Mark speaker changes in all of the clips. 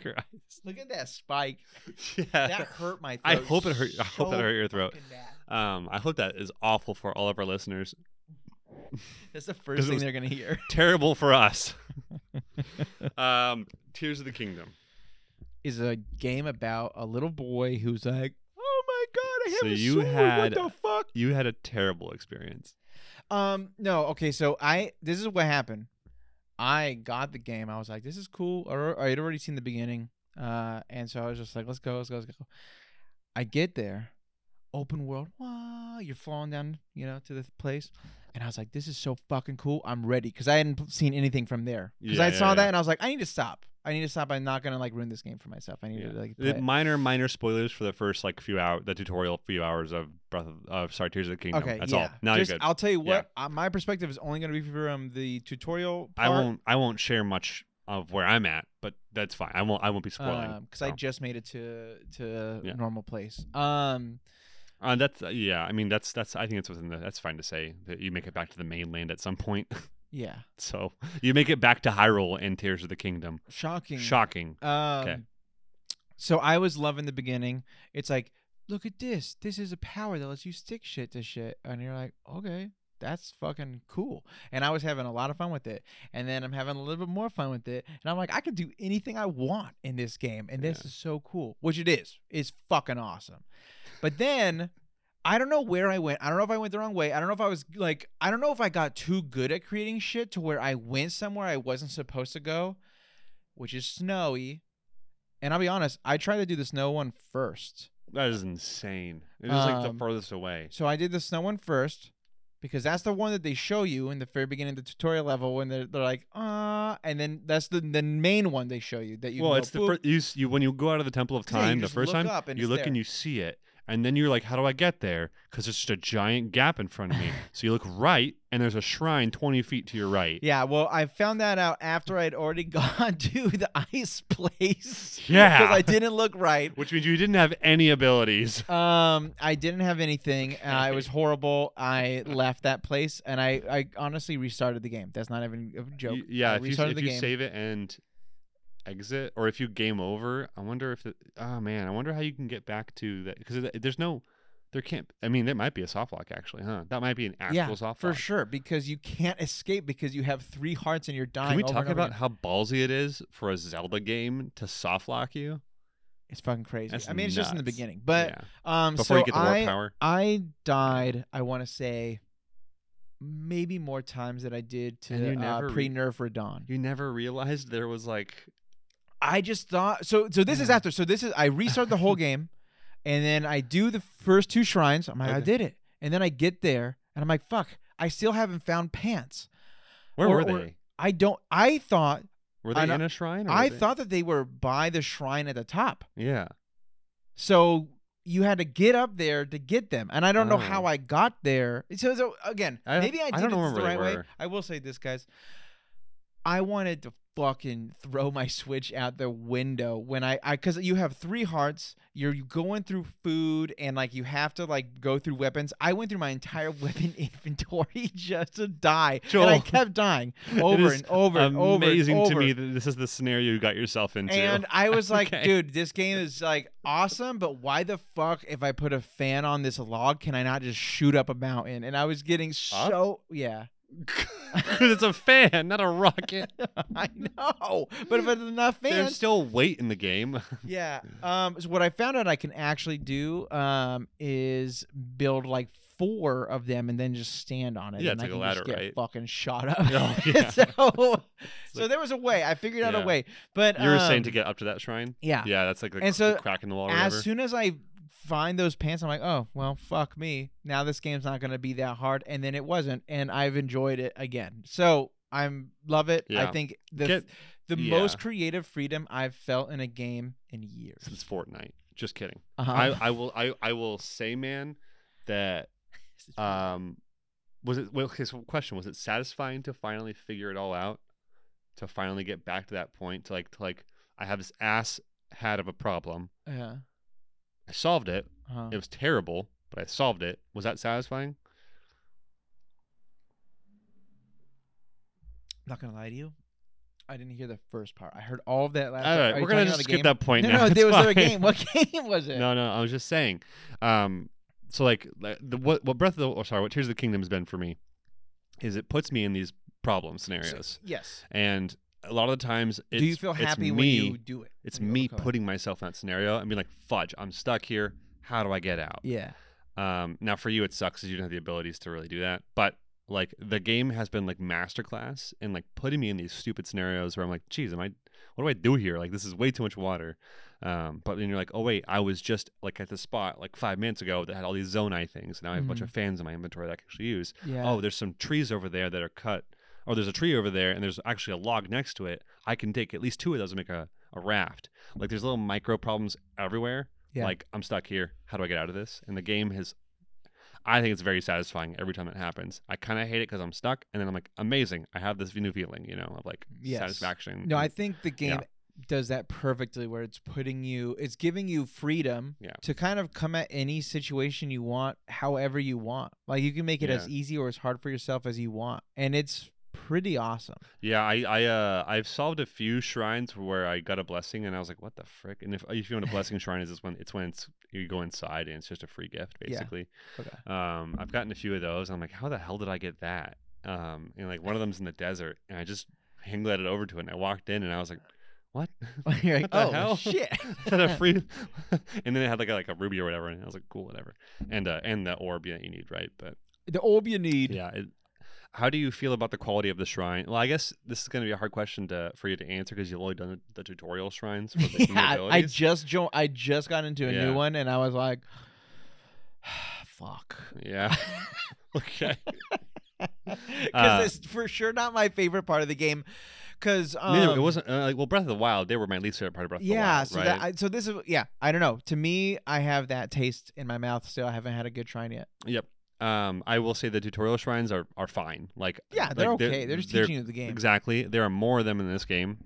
Speaker 1: Christ.
Speaker 2: Look at that spike.
Speaker 1: Yeah.
Speaker 2: That hurt my
Speaker 1: I
Speaker 2: throat.
Speaker 1: hope it hurt. I hope that
Speaker 2: so
Speaker 1: hurt your throat.
Speaker 2: fucking bad.
Speaker 1: Um, I hope that is awful for all of our listeners.
Speaker 2: That's the
Speaker 1: 'Cause it
Speaker 2: first thing
Speaker 1: was-
Speaker 2: they're going to hear.
Speaker 1: Terrible for us. um, Tears of the Kingdom.
Speaker 2: Is a game about a little boy who's like, oh my God, I have
Speaker 1: So
Speaker 2: a
Speaker 1: you
Speaker 2: sword.
Speaker 1: had-
Speaker 2: What the fuck?
Speaker 1: You had a terrible experience.
Speaker 2: Um, no, okay, so I this is what happened. I got the game. I was like, this is cool. Or I had already seen the beginning. Uh, and so I was just like, let's go, let's go, let's go. I get there, open world. Wow, you're falling down, you know, to the place. And I was like, this is so fucking cool. I'm ready because I hadn't seen anything from there. Because
Speaker 1: Yeah,
Speaker 2: I
Speaker 1: yeah,
Speaker 2: saw that
Speaker 1: yeah.
Speaker 2: and I was like, I need to stop. I need to stop. I'm not gonna like ruin this game for myself. I need
Speaker 1: Yeah.
Speaker 2: to like. play
Speaker 1: The
Speaker 2: it.
Speaker 1: minor, minor spoilers for the first like few hour, the tutorial few hours of Breath of uh, sorry, Tears of the Kingdom.
Speaker 2: Okay,
Speaker 1: That's
Speaker 2: yeah.
Speaker 1: all. Now
Speaker 2: Just-
Speaker 1: you're good.
Speaker 2: I'll tell you
Speaker 1: Yeah.
Speaker 2: what. Uh, my perspective is only gonna be from um, the tutorial.
Speaker 1: I
Speaker 2: Part.
Speaker 1: won't. I won't share much of where I'm at, but that's fine. I won't. I won't be spoiling.
Speaker 2: because Um, I
Speaker 1: so.
Speaker 2: just made it to to
Speaker 1: Yeah.
Speaker 2: normal place. Um,
Speaker 1: Uh, that's uh, yeah. I mean, that's that's. I think it's within the. That's fine to say that you make it back to the mainland at some point.
Speaker 2: yeah,
Speaker 1: so you make it back to Hyrule and Tears of the Kingdom.
Speaker 2: shocking.
Speaker 1: Shocking.
Speaker 2: Um, so I was loving the beginning. It's like, look at this. This is a power that lets you stick shit to shit, and you're like, okay. That's fucking cool. And I was having a lot of fun with it. And then I'm having a little bit more fun with it. And I'm like, I could do anything I want in this game. And this
Speaker 1: Yeah.
Speaker 2: is so cool, which it is. It's fucking awesome. But then I don't know where I went. I don't know if I went the wrong way. I don't know if I was like, I don't know if I got too good at creating shit to where I went somewhere I wasn't supposed to go, which is snowy. And I'll be honest, I tried to do the snow one first.
Speaker 1: That is insane. It was like
Speaker 2: Um,
Speaker 1: the furthest away.
Speaker 2: So I did the snow one first because that's the one that they show you in the very beginning of the tutorial level when they're, they're like, ah, and then that's the, the main one they show you that you
Speaker 1: Well,
Speaker 2: can go
Speaker 1: it's the
Speaker 2: boop.
Speaker 1: first. You, s- you when you go out of the Temple of
Speaker 2: Yeah, you
Speaker 1: Time the
Speaker 2: just
Speaker 1: first
Speaker 2: look
Speaker 1: time,
Speaker 2: up and
Speaker 1: you
Speaker 2: it's
Speaker 1: look
Speaker 2: there.
Speaker 1: and you see it, and then you're like, "How do I get there?" Because there's just a giant gap in front of me. so you look right, and there's a shrine 20 feet to your right.
Speaker 2: Yeah, well, I found that out after I'd already gone to the ice place.
Speaker 1: Yeah.
Speaker 2: Because I didn't look right.
Speaker 1: Which means you didn't have any abilities.
Speaker 2: Um, I didn't have anything. Uh, it was
Speaker 1: Okay.
Speaker 2: horrible. I left that place, and I, I honestly restarted the game. That's not even a joke.
Speaker 1: You- yeah,
Speaker 2: I
Speaker 1: if you,
Speaker 2: restarted
Speaker 1: if
Speaker 2: the
Speaker 1: you
Speaker 2: game.
Speaker 1: save it and exit, or if you game over, I wonder if the oh man, I wonder how you can get back to that because there's no, there can't. I mean, there might be a soft lock actually, huh? That might be an actual
Speaker 2: Yeah,
Speaker 1: soft
Speaker 2: for
Speaker 1: lock.
Speaker 2: sure, because you can't escape because you have three hearts and you're dying.
Speaker 1: Can we
Speaker 2: over
Speaker 1: talk
Speaker 2: and over
Speaker 1: about
Speaker 2: again.
Speaker 1: how ballsy it is for a Zelda game to soft lock you?
Speaker 2: It's fucking crazy.
Speaker 1: That's
Speaker 2: I mean, it's just in the
Speaker 1: nuts.
Speaker 2: beginning, but
Speaker 1: yeah.
Speaker 2: um,
Speaker 1: before
Speaker 2: so
Speaker 1: you get the warp
Speaker 2: I,
Speaker 1: power,
Speaker 2: I died. I want to say maybe more times than I did to
Speaker 1: And you never
Speaker 2: uh,
Speaker 1: re-
Speaker 2: pre-nerf Radon.
Speaker 1: you never realized there was like
Speaker 2: I just thought so. So this is
Speaker 1: Yeah.
Speaker 2: after. So this is I restart the whole game, and then I do the first two shrines. I'm like, I
Speaker 1: Okay.
Speaker 2: did it, and then I get there, and I'm like, fuck, I still haven't found pants.
Speaker 1: where
Speaker 2: Or-
Speaker 1: were
Speaker 2: or-
Speaker 1: they?
Speaker 2: I don't. I thought
Speaker 1: Were they
Speaker 2: I know-
Speaker 1: in a shrine? Or
Speaker 2: I
Speaker 1: were they-
Speaker 2: thought that they were by the shrine at the top.
Speaker 1: yeah.
Speaker 2: So you had to get up there to get them, and I don't know
Speaker 1: Oh.
Speaker 2: how I got there. So, so again,
Speaker 1: I don't-
Speaker 2: maybe I
Speaker 1: I
Speaker 2: did
Speaker 1: don't
Speaker 2: it
Speaker 1: remember
Speaker 2: the
Speaker 1: where
Speaker 2: right
Speaker 1: they
Speaker 2: way.
Speaker 1: were.
Speaker 2: I will say this, guys. I wanted to fucking throw my switch out the window when I, I because you have three hearts. You're going through food and like you have to like go through weapons. I went through my entire weapon inventory just to die, and I
Speaker 1: Joel,
Speaker 2: kept dying over
Speaker 1: is
Speaker 2: and over and over. and
Speaker 1: Amazing to
Speaker 2: over.
Speaker 1: me that this is the scenario you got yourself into.
Speaker 2: And I was like,
Speaker 1: Okay.
Speaker 2: dude, this game is like awesome, but why the fuck if I put a fan on this log can I not just shoot up a mountain? And I was getting so yeah.
Speaker 1: Because it's a fan, not a rocket.
Speaker 2: I know. But if it's enough
Speaker 1: There's
Speaker 2: fans
Speaker 1: still weight in the game.
Speaker 2: Yeah. Um so what I found out I can actually do um is build like four of them and then just stand on it.
Speaker 1: Yeah,
Speaker 2: and
Speaker 1: it's
Speaker 2: I
Speaker 1: like a
Speaker 2: can just
Speaker 1: ladder,
Speaker 2: get
Speaker 1: right?
Speaker 2: fucking shot up.
Speaker 1: Oh, yeah.
Speaker 2: so so
Speaker 1: like-
Speaker 2: there was a way. I figured out
Speaker 1: Yeah.
Speaker 2: a way. But
Speaker 1: You were saying to
Speaker 2: um,
Speaker 1: get up to that shrine?
Speaker 2: yeah.
Speaker 1: Yeah, that's like the,
Speaker 2: And
Speaker 1: cr-
Speaker 2: so,
Speaker 1: the crack in the wall or whatever.
Speaker 2: as soon as I find those pants, I'm like, oh well, fuck me. Now this game's not gonna be that hard, and then it wasn't, and I've enjoyed it again. So I'm love it. I
Speaker 1: Yeah.
Speaker 2: think the
Speaker 1: Get-
Speaker 2: the
Speaker 1: yeah.
Speaker 2: most creative freedom I've felt in a game in years.
Speaker 1: Since Fortnite. Just kidding.
Speaker 2: Uh-huh.
Speaker 1: I, I will I, I will say, man, that um was it well okay, so question, was it satisfying to finally figure it all out? To finally get back to that point to like to like I have this ass hat of a problem.
Speaker 2: yeah.
Speaker 1: I solved it.
Speaker 2: Uh-huh.
Speaker 1: It was terrible, but I solved it. Was that satisfying?
Speaker 2: not gonna lie to you. I didn't hear the first part. I heard all of that last.
Speaker 1: All right,
Speaker 2: Are you
Speaker 1: we're gonna
Speaker 2: talking about
Speaker 1: just
Speaker 2: the
Speaker 1: skip
Speaker 2: game?
Speaker 1: that point
Speaker 2: No,
Speaker 1: now.
Speaker 2: no,
Speaker 1: It's
Speaker 2: there was another
Speaker 1: fine.
Speaker 2: game. What game was it?
Speaker 1: No, no, I was just saying. Um, so like like, the what what Breath of the or sorry, what Tears of the Kingdom has been for me is it puts me in these problem
Speaker 2: So-
Speaker 1: scenarios,
Speaker 2: yes.
Speaker 1: and a lot of the times it's,
Speaker 2: do you feel
Speaker 1: it's me,
Speaker 2: happy when you do it?
Speaker 1: it's
Speaker 2: when you
Speaker 1: me
Speaker 2: overcome it?
Speaker 1: putting myself in that scenario and being like, fudge, I'm stuck here. How do I get out?
Speaker 2: Yeah.
Speaker 1: Um, now for you, it sucks because you don't have the abilities to really do that. But like the game has been like masterclass in like putting me in these stupid scenarios where I'm like, geez, am I? What do I do here? Like this is way too much water. Um, but then you're like, oh wait, I was just like at the spot like five minutes ago that had all these zone eye things. Now I have a bunch
Speaker 2: Mhm.
Speaker 1: of fans in my inventory that I can actually use
Speaker 2: Yeah.
Speaker 1: oh, there's some trees over there that are cut, or there's a tree over there and there's actually a log next to it. I can take at least two of those and make a, a raft. Like there's little micro problems everywhere.
Speaker 2: Yeah.
Speaker 1: Like I'm stuck here. How do I get out of this? And the game has, I think it's very satisfying every time it happens. I kind of hate it because I'm stuck, and then I'm like, amazing. I have this new feeling, you know, of like
Speaker 2: Yes.
Speaker 1: satisfaction.
Speaker 2: No, I
Speaker 1: and-
Speaker 2: think the game does that perfectly where it's putting you it's giving you freedom
Speaker 1: Yeah.
Speaker 2: to kind of come at any situation you want however you want. Like you can make it as
Speaker 1: Yeah.
Speaker 2: easy or as hard for yourself as you want. And it's pretty awesome.
Speaker 1: Yeah, I I uh I've solved a few shrines where I got a blessing and I was like, what the frick? And if if you want a blessing shrine, is this when it's when it's you go inside and it's just a free gift
Speaker 2: Yeah.
Speaker 1: basically.
Speaker 2: Okay.
Speaker 1: Um, I've gotten a few of those. I'm like, how the hell did I get that? Um, and like one of them's in the desert, and I just hand glided over to it, and I walked in, and I was like, what?
Speaker 2: You're
Speaker 1: What
Speaker 2: like,
Speaker 1: the
Speaker 2: "Oh,
Speaker 1: hell?"
Speaker 2: shit.
Speaker 1: Is that a free? and then it had like a, like a ruby or whatever, and I was like, cool, whatever. And uh, and the orb that you need, right? But
Speaker 2: The orb you need.
Speaker 1: yeah. It, how do you feel about the quality of the shrine? Well, I guess this is going to be a hard question to for you to answer because you've only done the, the tutorial shrines. For the new
Speaker 2: Yeah, I- I
Speaker 1: abilities.
Speaker 2: just jo- I just got into a
Speaker 1: Yeah.
Speaker 2: new one and I was like fuck.
Speaker 1: yeah. okay.
Speaker 2: Because
Speaker 1: Uh,
Speaker 2: it's for sure not my favorite part of the game. Because um,
Speaker 1: Neither- it wasn't uh, like well, Breath of the Wild. They were my least favorite part of Breath
Speaker 2: Yeah,
Speaker 1: of the
Speaker 2: so
Speaker 1: Wild.
Speaker 2: that
Speaker 1: right?
Speaker 2: I, so this is yeah. I don't know. To me, I have that taste in my mouth still. I haven't had a good shrine yet.
Speaker 1: yep. Um, I will say the tutorial shrines are are fine. Like
Speaker 2: Yeah, they're
Speaker 1: like,
Speaker 2: okay. They're, just teaching you the game.
Speaker 1: Exactly. There are more of them in this game.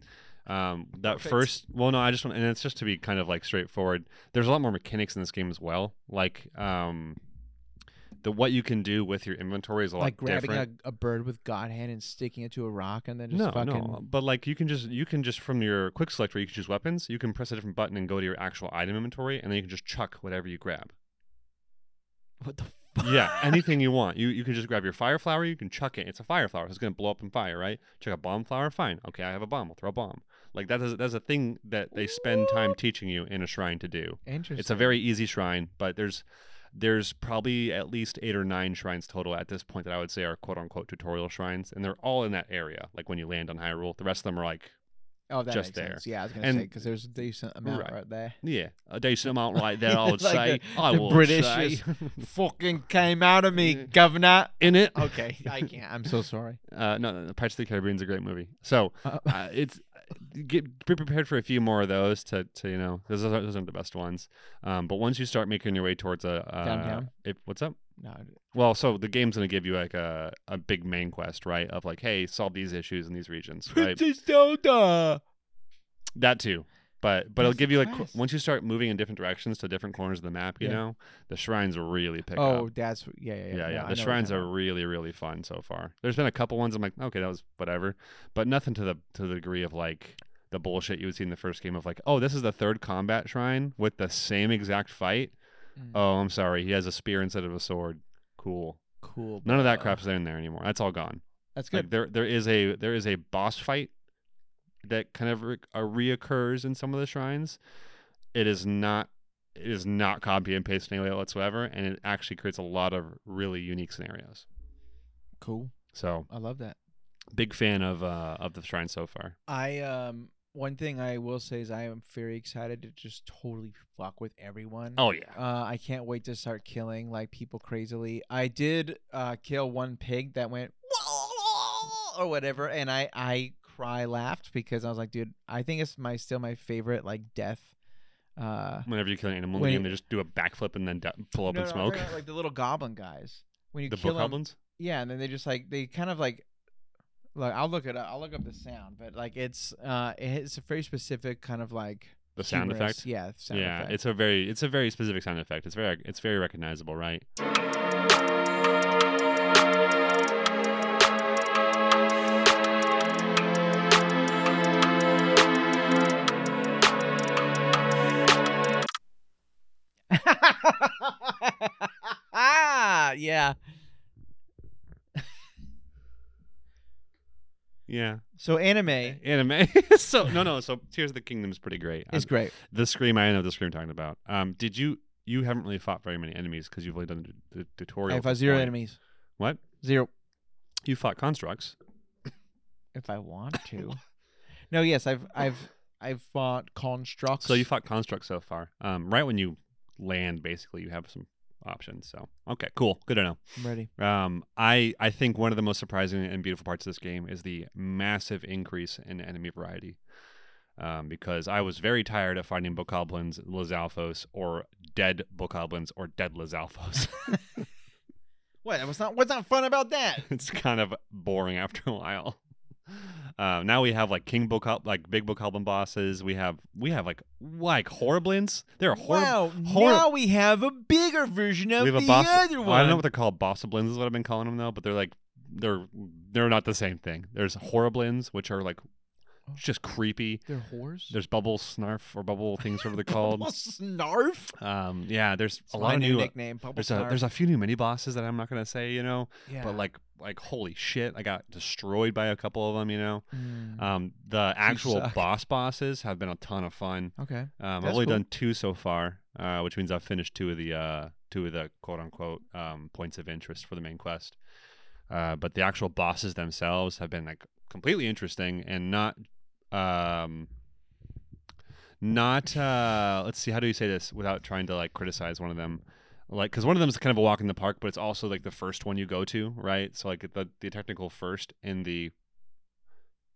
Speaker 1: Um, that
Speaker 2: Perfect.
Speaker 1: first, well, no, I just want, and it's just to be kind of like straightforward. There's a lot more mechanics in this game as well. Like, um, the what you can do with your inventory is a lot
Speaker 2: Like grabbing
Speaker 1: different.
Speaker 2: a, a bird with God hand and sticking it to a rock and then just
Speaker 1: no,
Speaker 2: fucking.
Speaker 1: no, but like you can just you can just from your quick select where you can choose weapons, you can press a different button and go to your actual item inventory, and then you can just chuck whatever you grab.
Speaker 2: What the fuck?
Speaker 1: Yeah, anything you want. You you can just grab your fire flower. You can chuck it. It's a fire flower. It's gonna blow up in fire, right? Chuck a bomb flower. Fine. Okay, I have a bomb. I'll throw a bomb. Like that is that's a thing that they spend time teaching you in a shrine to do.
Speaker 2: Interesting.
Speaker 1: It's a very easy shrine, but there's there's probably at least eight or nine shrines total at this point that I would say are quote unquote tutorial shrines, and they're all in that area. Like when you land on Hyrule, the rest of them are like
Speaker 2: oh, that
Speaker 1: just
Speaker 2: makes
Speaker 1: there.
Speaker 2: Sense. Yeah, I was gonna say
Speaker 1: And-
Speaker 2: because there's a decent amount right,
Speaker 1: Right.
Speaker 2: there.
Speaker 1: yeah a decent amount like that. I would
Speaker 2: Like
Speaker 1: say
Speaker 2: the-
Speaker 1: I
Speaker 2: the
Speaker 1: would
Speaker 2: British
Speaker 1: say.
Speaker 2: is- fucking came out of me, governor.
Speaker 1: in it.
Speaker 2: Okay, I can't. I'm so sorry.
Speaker 1: Uh, no, no, no, Pirates of the Caribbean is a great movie. So
Speaker 2: Uh,
Speaker 1: uh, it's get be prepared for a few more of those to, to you know those are, those aren't the best ones. Um, but once you start making your way towards a uh,
Speaker 2: Downtown?
Speaker 1: if- what's up?
Speaker 2: no,
Speaker 1: Well, so the game's gonna give you like a, a big main quest, right? Of like, hey, solve these issues in these regions, right?
Speaker 2: Princess Zelda.
Speaker 1: that too. But but it'll
Speaker 2: That's
Speaker 1: give you like
Speaker 2: nice.
Speaker 1: qu- once you start moving in different directions to different corners of the map, you
Speaker 2: Yeah.
Speaker 1: know, the shrines really pick up.
Speaker 2: Oh, that's yeah, yeah, yeah.
Speaker 1: yeah,
Speaker 2: No,
Speaker 1: yeah.
Speaker 2: I
Speaker 1: The
Speaker 2: know what
Speaker 1: shrines
Speaker 2: you're
Speaker 1: are really, really fun so far. There's been a couple ones I'm like, okay, that was whatever, but nothing to the to the degree of like the bullshit you would see in the first game of like, oh, this is the third combat shrine with the same exact fight.
Speaker 2: talking about. Mm,
Speaker 1: Oh, I'm sorry, he has a spear instead of a sword. Cool.
Speaker 2: cool.
Speaker 1: None of that
Speaker 2: bro.
Speaker 1: crap's in there anymore. That's all gone.
Speaker 2: That's
Speaker 1: Like
Speaker 2: Uh-huh. good.
Speaker 1: there, there is a there is a boss fight that kind of re- uh, reoccurs in some of the shrines. It is not. It is not copy and paste in any way whatsoever, and it actually creates a lot of really unique scenarios.
Speaker 2: Cool.
Speaker 1: So
Speaker 2: I love that.
Speaker 1: big fan of uh of the shrine so far.
Speaker 2: I um one thing I will say is I am very excited to just totally fuck with everyone.
Speaker 1: Oh yeah.
Speaker 2: Uh, I can't wait to start killing like people crazily. I did uh, kill one pig that went or whatever, and I I cry laughed because I was like, dude, I think it's my still my favorite like death. Uh,
Speaker 1: Whenever you kill an animal in the
Speaker 2: Wait.
Speaker 1: game, they just do a backflip and then du- pull up
Speaker 2: no,
Speaker 1: in
Speaker 2: no, I'm
Speaker 1: smoke.
Speaker 2: talking about, like the little goblin guys when you
Speaker 1: the
Speaker 2: kill
Speaker 1: book
Speaker 2: them.
Speaker 1: goblins.
Speaker 2: Yeah, and then they just like they kind of like look. I'll look it up. I'll look up the sound, but like it's uh it's a very specific kind of like
Speaker 1: The sound
Speaker 2: humorous-
Speaker 1: effect?
Speaker 2: Yeah, the sound
Speaker 1: yeah,
Speaker 2: effect.
Speaker 1: it's a very it's a very specific sound effect. It's very it's very recognizable, right? Yeah.
Speaker 2: So anime
Speaker 1: Anime. so no, no. So Tears of the Kingdom is pretty great.
Speaker 2: is
Speaker 1: Um,
Speaker 2: great.
Speaker 1: the Scream. I know the Scream. I'm Talking about. Um, did you? You haven't really fought very many enemies because you've only done the, the tutorial.
Speaker 2: If I
Speaker 1: at this
Speaker 2: zero
Speaker 1: point.
Speaker 2: enemies,
Speaker 1: What?
Speaker 2: zero.
Speaker 1: You fought constructs.
Speaker 2: If I want to. no, yes, I've I've I've fought constructs.
Speaker 1: So you fought constructs so far. Um, right when you land, basically, you have some options. So okay, cool. Good to know.
Speaker 2: I'm ready.
Speaker 1: Um, I I think one of the most surprising and beautiful parts of this game is the massive increase in enemy variety. Um, because I was very tired of finding bokoblins, Lizalfos, or dead bokoblins or dead Lizalfos.
Speaker 2: What? What's not what's not fun about that?
Speaker 1: it's kind of boring after a while. Uh, now we have like King Bokob, like big bokoblin bosses. We have we have like like horriblins. There are horrible.
Speaker 2: wow!
Speaker 1: hor-
Speaker 2: now we have a bigger version of
Speaker 1: we have a
Speaker 2: the
Speaker 1: boss.
Speaker 2: other one.
Speaker 1: I don't know what they're called. Bossoblins is what I've been calling them though, but they're like they're they're not the same thing. There's horriblins, which are like
Speaker 2: Oh.
Speaker 1: just creepy.
Speaker 2: they're whores.
Speaker 1: There's bubble snarf or bubble things, whatever they're called.
Speaker 2: snarf.
Speaker 1: Um, yeah, there's
Speaker 2: It's
Speaker 1: a
Speaker 2: my
Speaker 1: lot of
Speaker 2: new uh,
Speaker 1: new. uh,
Speaker 2: nickname. Bubble
Speaker 1: there's a
Speaker 2: snarf.
Speaker 1: there's a few new mini bosses that I'm not gonna say, you know,
Speaker 2: yeah.
Speaker 1: but like like holy shit, I got destroyed by a couple of them, you know.
Speaker 2: Mm,
Speaker 1: Um, the actual
Speaker 2: suck.
Speaker 1: boss bosses have been a ton of fun.
Speaker 2: okay.
Speaker 1: Um, I've
Speaker 2: That's
Speaker 1: only
Speaker 2: cool.
Speaker 1: done two so far, uh, which means I've finished two of the uh, two of the quote unquote um, points of interest for the main quest. Uh, but the actual bosses themselves have been like completely interesting and not um, not uh, let's see how do you say this without trying to like criticize one of them like because one of them is kind of a walk in the park but it's also like the first one you go to right so like the, the technical first in the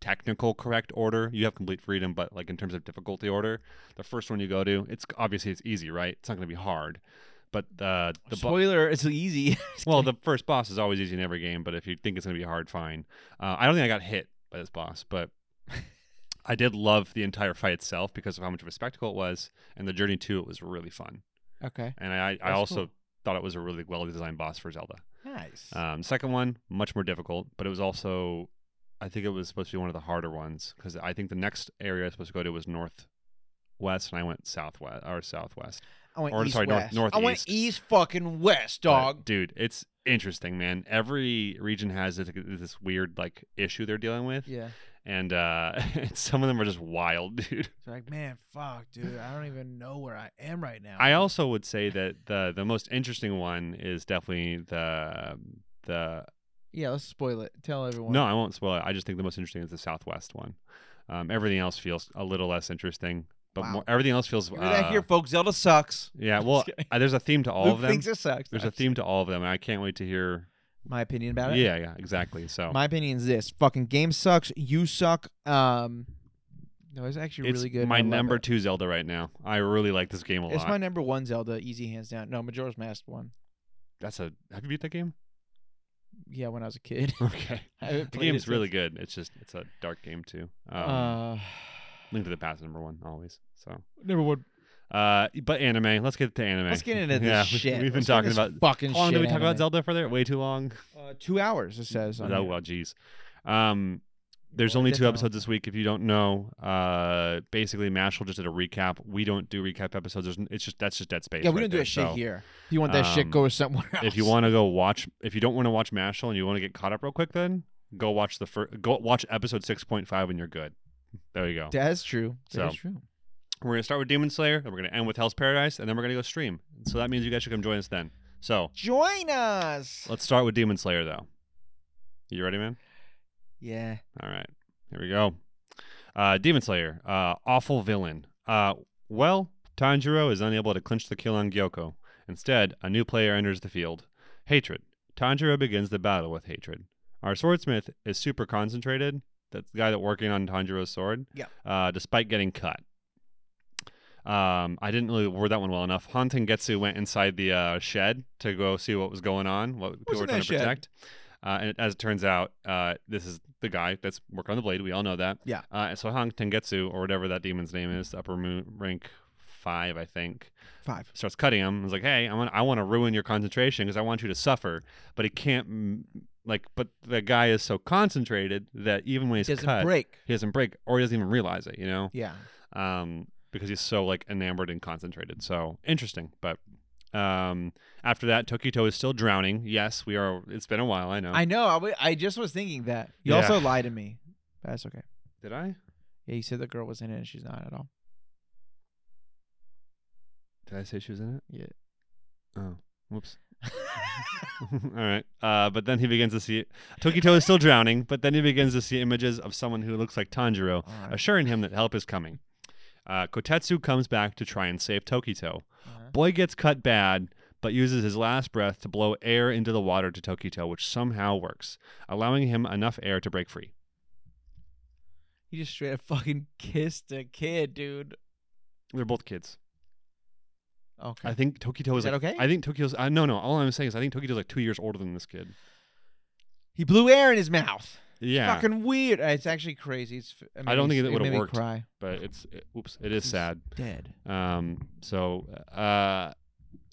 Speaker 1: technical correct order you have complete freedom but like in terms of difficulty order the first one you go to it's obviously it's easy right it's not going to be hard but uh, the bo-
Speaker 2: Spoiler: It's easy.
Speaker 1: well the first boss is always easy in every game but if you think it's going to be hard fine uh, i don't think i got hit by this boss but i did love the entire fight itself because of how much of a spectacle it was and the journey to it was really fun
Speaker 2: okay.
Speaker 1: and i, I
Speaker 2: That's
Speaker 1: also
Speaker 2: cool.
Speaker 1: thought it was a really well designed boss for zelda
Speaker 2: Nice.
Speaker 1: um, second one, much more difficult, but it was also, I think it was supposed to be one of the harder ones because I think the next area I was supposed to go to was northwest, and I went southwest or southwest.
Speaker 2: I went
Speaker 1: or,
Speaker 2: east
Speaker 1: sorry, north-
Speaker 2: west. I went
Speaker 1: northeast.
Speaker 2: east fucking west,
Speaker 1: But,
Speaker 2: dog.
Speaker 1: dude, it's interesting, man. Every region has this, this weird like issue they're dealing with,
Speaker 2: yeah.
Speaker 1: and uh, some of them are just wild, dude.
Speaker 2: It's like, man, fuck, dude. I don't even know where I am right now.
Speaker 1: I also would say that the the most interesting one is definitely the the
Speaker 2: yeah. Let's spoil it. Tell everyone.
Speaker 1: No, I won't spoil it. I just think the most interesting is the Southwest one. Um, everything else feels a little less interesting, but
Speaker 2: Wow.
Speaker 1: more, everything else feels.
Speaker 2: Give me that
Speaker 1: uh,
Speaker 2: here, folks. Zelda sucks.
Speaker 1: yeah, well,
Speaker 2: kidding.
Speaker 1: uh, there's a theme to all
Speaker 2: Luke
Speaker 1: of them.
Speaker 2: thinks it sucks.
Speaker 1: There's a
Speaker 2: That's
Speaker 1: theme to all of them, and I can't wait to hear.
Speaker 2: My opinion about it.
Speaker 1: Yeah, yeah, exactly. So
Speaker 2: My opinion is this: fucking game sucks. You suck. Um, no, it's actually
Speaker 1: it's
Speaker 2: really good.
Speaker 1: my
Speaker 2: and I love
Speaker 1: number
Speaker 2: it.
Speaker 1: two Zelda right now. I really like this game a
Speaker 2: It's
Speaker 1: lot.
Speaker 2: my number one Zelda, easy hands down. No, Majora's Mask one.
Speaker 1: That's a. Have you beat that game?
Speaker 2: Yeah, when I was a kid.
Speaker 1: Okay.
Speaker 2: I haven't
Speaker 1: the
Speaker 2: played it
Speaker 1: game's really
Speaker 2: since.
Speaker 1: good. It's just it's a dark game too. Um,
Speaker 2: uh,
Speaker 1: Link to the Past number one always. So,
Speaker 2: number one.
Speaker 1: uh, but anime. Let's get to anime.
Speaker 2: Let's get into this
Speaker 1: yeah, we-
Speaker 2: shit.
Speaker 1: We've been
Speaker 2: Let's get
Speaker 1: talking
Speaker 2: this
Speaker 1: about.
Speaker 2: fucking
Speaker 1: How long
Speaker 2: shit
Speaker 1: did we talk
Speaker 2: anime.
Speaker 1: about Zelda for there? Way too long.
Speaker 2: Uh, two hours, it says. on
Speaker 1: Oh
Speaker 2: here.
Speaker 1: well, geez. Um, there's
Speaker 2: Well,
Speaker 1: only two
Speaker 2: definitely.
Speaker 1: episodes this week. If you don't know, uh, basically Mashal just did a recap. We don't do recap episodes. There's, n- it's just that's just Dead Space.
Speaker 2: Yeah, we
Speaker 1: right
Speaker 2: don't do
Speaker 1: there.
Speaker 2: a shit
Speaker 1: So
Speaker 2: here. If you want that shit,
Speaker 1: um,
Speaker 2: go somewhere else.
Speaker 1: If you want to go watch, if you don't want to watch Mashal and you want to get caught up real quick, then go watch the first. Go watch episode six point five and you're good. There you go.
Speaker 2: that's true. That's
Speaker 1: So.
Speaker 2: true.
Speaker 1: we're gonna start with Demon Slayer, then we're gonna end with Hell's Paradise, and then we're gonna go stream. So that means you guys should come join us then. So
Speaker 2: Join us.
Speaker 1: let's start with Demon Slayer though. You ready, man?
Speaker 2: yeah.
Speaker 1: All right, here we go. Uh, Demon Slayer, uh, awful villain. Uh, well, Tanjiro is unable to clinch the kill on Gyoko. Instead, a new player enters the field. Hatred. Tanjiro begins the battle with hatred. Our swordsmith is super concentrated. That's the guy that working on Tanjiro's sword.
Speaker 2: Yeah.
Speaker 1: Uh, despite getting cut. Um, I didn't really word that one well enough. Han Tengetsu went inside the uh, shed to go see what was going on, what people
Speaker 2: in
Speaker 1: were trying
Speaker 2: that
Speaker 1: to
Speaker 2: shed?
Speaker 1: protect. Uh, and as it turns out, uh, this is the guy that's working on the blade. We all know that.
Speaker 2: Yeah.
Speaker 1: Uh, and so Han Tengetsu, or whatever that demon's name is, upper moon rank five, I think,
Speaker 2: Five.
Speaker 1: starts cutting him. He's like, "Hey, I want, I want to ruin your concentration because I want you to suffer." But he can't, mm, like, but the guy is so concentrated that even when he's
Speaker 2: Doesn't
Speaker 1: cut,
Speaker 2: break.
Speaker 1: he doesn't break, or he doesn't even realize it. You know
Speaker 2: Yeah.
Speaker 1: um, because he's so like enamored and concentrated. So interesting, but um, after that, Tokito is still drowning. Yes, we are. It's been a while. I know.
Speaker 2: I know. I, w- I just was thinking that. You
Speaker 1: Yeah.
Speaker 2: also lied to me. But that's okay.
Speaker 1: Did I?
Speaker 2: Yeah, you said the girl was in it and she's not at all.
Speaker 1: Did I say she was in it?
Speaker 2: Yeah.
Speaker 1: Oh, whoops. All right. Uh, but then he begins to see Tokito is still drowning, but then he begins to see images of someone who looks like Tanjiro,
Speaker 2: All right.
Speaker 1: assuring him that help is coming. Uh, Kotetsu comes back to try and save Tokito.
Speaker 2: Uh-huh.
Speaker 1: Boy gets cut bad, but uses his last breath to blow air into the water to Tokito, which somehow works, allowing him enough air to break free.
Speaker 2: He just straight up fucking kissed a kid, dude.
Speaker 1: They're both kids.
Speaker 2: Okay.
Speaker 1: I think Tokito
Speaker 2: Is
Speaker 1: is,
Speaker 2: that
Speaker 1: like,
Speaker 2: okay?
Speaker 1: I think Tokito's. Uh, no, no. All I'm saying is I think Tokito's like two years older than this kid.
Speaker 2: he blew air in his mouth.
Speaker 1: Yeah,
Speaker 2: Fucking weird. Uh, It's actually crazy. It's. f- It
Speaker 1: I don't
Speaker 2: made me
Speaker 1: think
Speaker 2: s-
Speaker 1: it would've
Speaker 2: made me
Speaker 1: worked.
Speaker 2: Cry.
Speaker 1: but it's it, oops. It is
Speaker 2: He's
Speaker 1: sad.
Speaker 2: Dead.
Speaker 1: Um, so uh,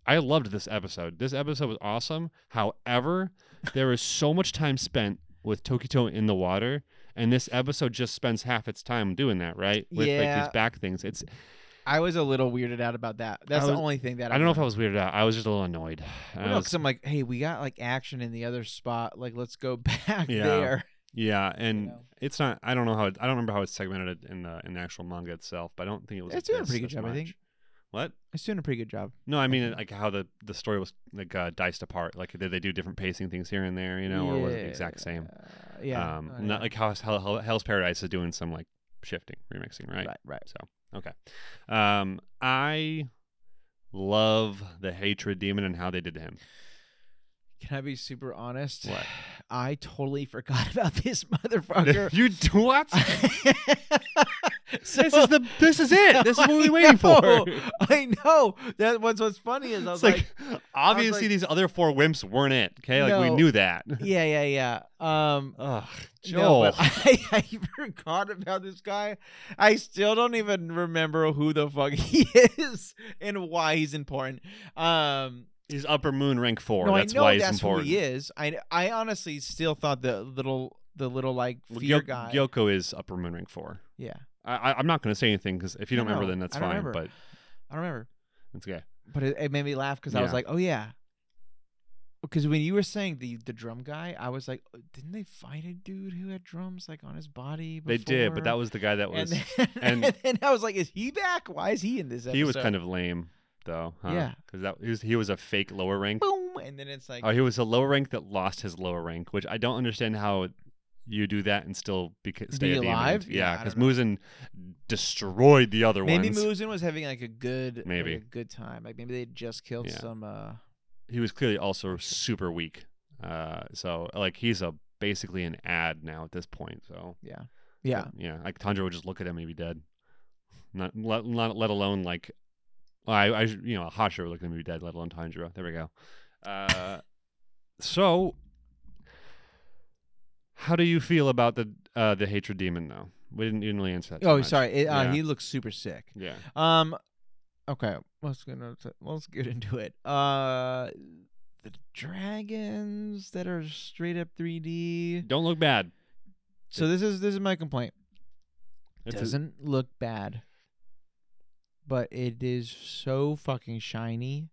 Speaker 1: I loved this episode. This episode was awesome. However, there is so much time spent with Tokito in the water, and this episode just spends half its time doing that, right? With like
Speaker 2: Yeah.
Speaker 1: these back things. It's
Speaker 2: I was a little weirded out about that. That's the
Speaker 1: was-
Speaker 2: only thing that
Speaker 1: I don't know if I was weirded out. I was just a little annoyed. I
Speaker 2: Well, no,
Speaker 1: was-
Speaker 2: because I'm like, hey, we got like action in the other spot. Like, let's go back
Speaker 1: Yeah.
Speaker 2: there.
Speaker 1: yeah, and
Speaker 2: know.
Speaker 1: it's not. I don't know how. It, I don't remember how it's segmented in the in the actual manga itself, but I don't think it was.
Speaker 2: It's doing a
Speaker 1: this
Speaker 2: pretty good
Speaker 1: as
Speaker 2: job, I think.
Speaker 1: much. What?
Speaker 2: It's doing a pretty good job.
Speaker 1: No, I mean like how the the story was like uh, diced apart. Like did they do different pacing things here and there, you know, or was it the exact same?
Speaker 2: Yeah. Yeah.
Speaker 1: Um,
Speaker 2: Oh,
Speaker 1: not
Speaker 2: yeah.
Speaker 1: like how, how, how Hell's Paradise is doing some like shifting, remixing, right?
Speaker 2: right, right.
Speaker 1: Um, I love the hatred demon and how they did to him.
Speaker 2: Can I be super honest?
Speaker 1: What?
Speaker 2: I totally forgot about this motherfucker.
Speaker 1: you do what?
Speaker 2: so,
Speaker 1: this is the this is it. This is what
Speaker 2: I
Speaker 1: we're waiting for.
Speaker 2: know, I know. That was what's funny is I was
Speaker 1: It's
Speaker 2: like,
Speaker 1: like, obviously
Speaker 2: like-
Speaker 1: these other four wimps weren't it. Okay, like we
Speaker 2: No.
Speaker 1: knew that.
Speaker 2: yeah, yeah, yeah. Um,
Speaker 1: Ugh, Joel.
Speaker 2: No, but I, I forgot about this guy. I still don't even remember who the fuck he is and why he's important. Um,
Speaker 1: he's upper moon rank four.
Speaker 2: no,
Speaker 1: that's
Speaker 2: I know
Speaker 1: why he's
Speaker 2: that's
Speaker 1: important.
Speaker 2: who he is. I, I honestly still thought the little the little like
Speaker 1: Well,
Speaker 2: fear
Speaker 1: Gyo-
Speaker 2: guy.
Speaker 1: Gyoko is upper moon rank four.
Speaker 2: yeah,
Speaker 1: I, I, I'm not going to say anything because if you don't
Speaker 2: No,
Speaker 1: remember,
Speaker 2: no,
Speaker 1: then that's
Speaker 2: I don't
Speaker 1: fine.
Speaker 2: remember.
Speaker 1: But
Speaker 2: I don't remember,
Speaker 1: it's okay.
Speaker 2: but it, it made me laugh because I was
Speaker 1: Yeah.
Speaker 2: like, oh yeah. Because when you were saying the the drum guy, I was like, "Oh, didn't they find a dude who had drums like on his body? Before?
Speaker 1: They did, but that was the guy that
Speaker 2: and
Speaker 1: was.
Speaker 2: then,
Speaker 1: and-
Speaker 2: and, then I was like, is he back? Why is he in this? Episode?
Speaker 1: He was kind of lame, though. Huh?
Speaker 2: Yeah.
Speaker 1: because that he was, he was a fake lower rank.
Speaker 2: boom, and then it's like,
Speaker 1: Oh, he was a lower rank that lost his lower rank, which I don't understand how you do that and still beca- stay a demon.
Speaker 2: alive? Yeah,
Speaker 1: Yeah,
Speaker 2: I
Speaker 1: because
Speaker 2: don't know.
Speaker 1: Muzen destroyed the other
Speaker 2: maybe
Speaker 1: ones.
Speaker 2: Muzen was having like a good, like,
Speaker 1: Maybe.
Speaker 2: a good time. Like maybe they just killed
Speaker 1: Yeah.
Speaker 2: some. uh
Speaker 1: he was clearly also super weak. Uh, so like he's a basically an ad now at this point. So
Speaker 2: Yeah, yeah.
Speaker 1: but, yeah, like Tanjiro would just look at him and he'd be dead. Not let not let alone like I I you know Hashira would look at him and be dead. Let alone Tanjiro. There we go. Uh, so how do you feel about the uh, the hatred demon though? We didn't, you didn't really answer that. so
Speaker 2: Oh,
Speaker 1: much.
Speaker 2: sorry. It, uh,
Speaker 1: Yeah.
Speaker 2: He looks super sick.
Speaker 1: Yeah.
Speaker 2: Um, okay, let's get into, let's get into it. Uh, the dragons that are straight up 3D.
Speaker 1: Don't look bad.
Speaker 2: So this is this is my complaint.
Speaker 1: It's a-
Speaker 2: doesn't look bad, but it is so fucking shiny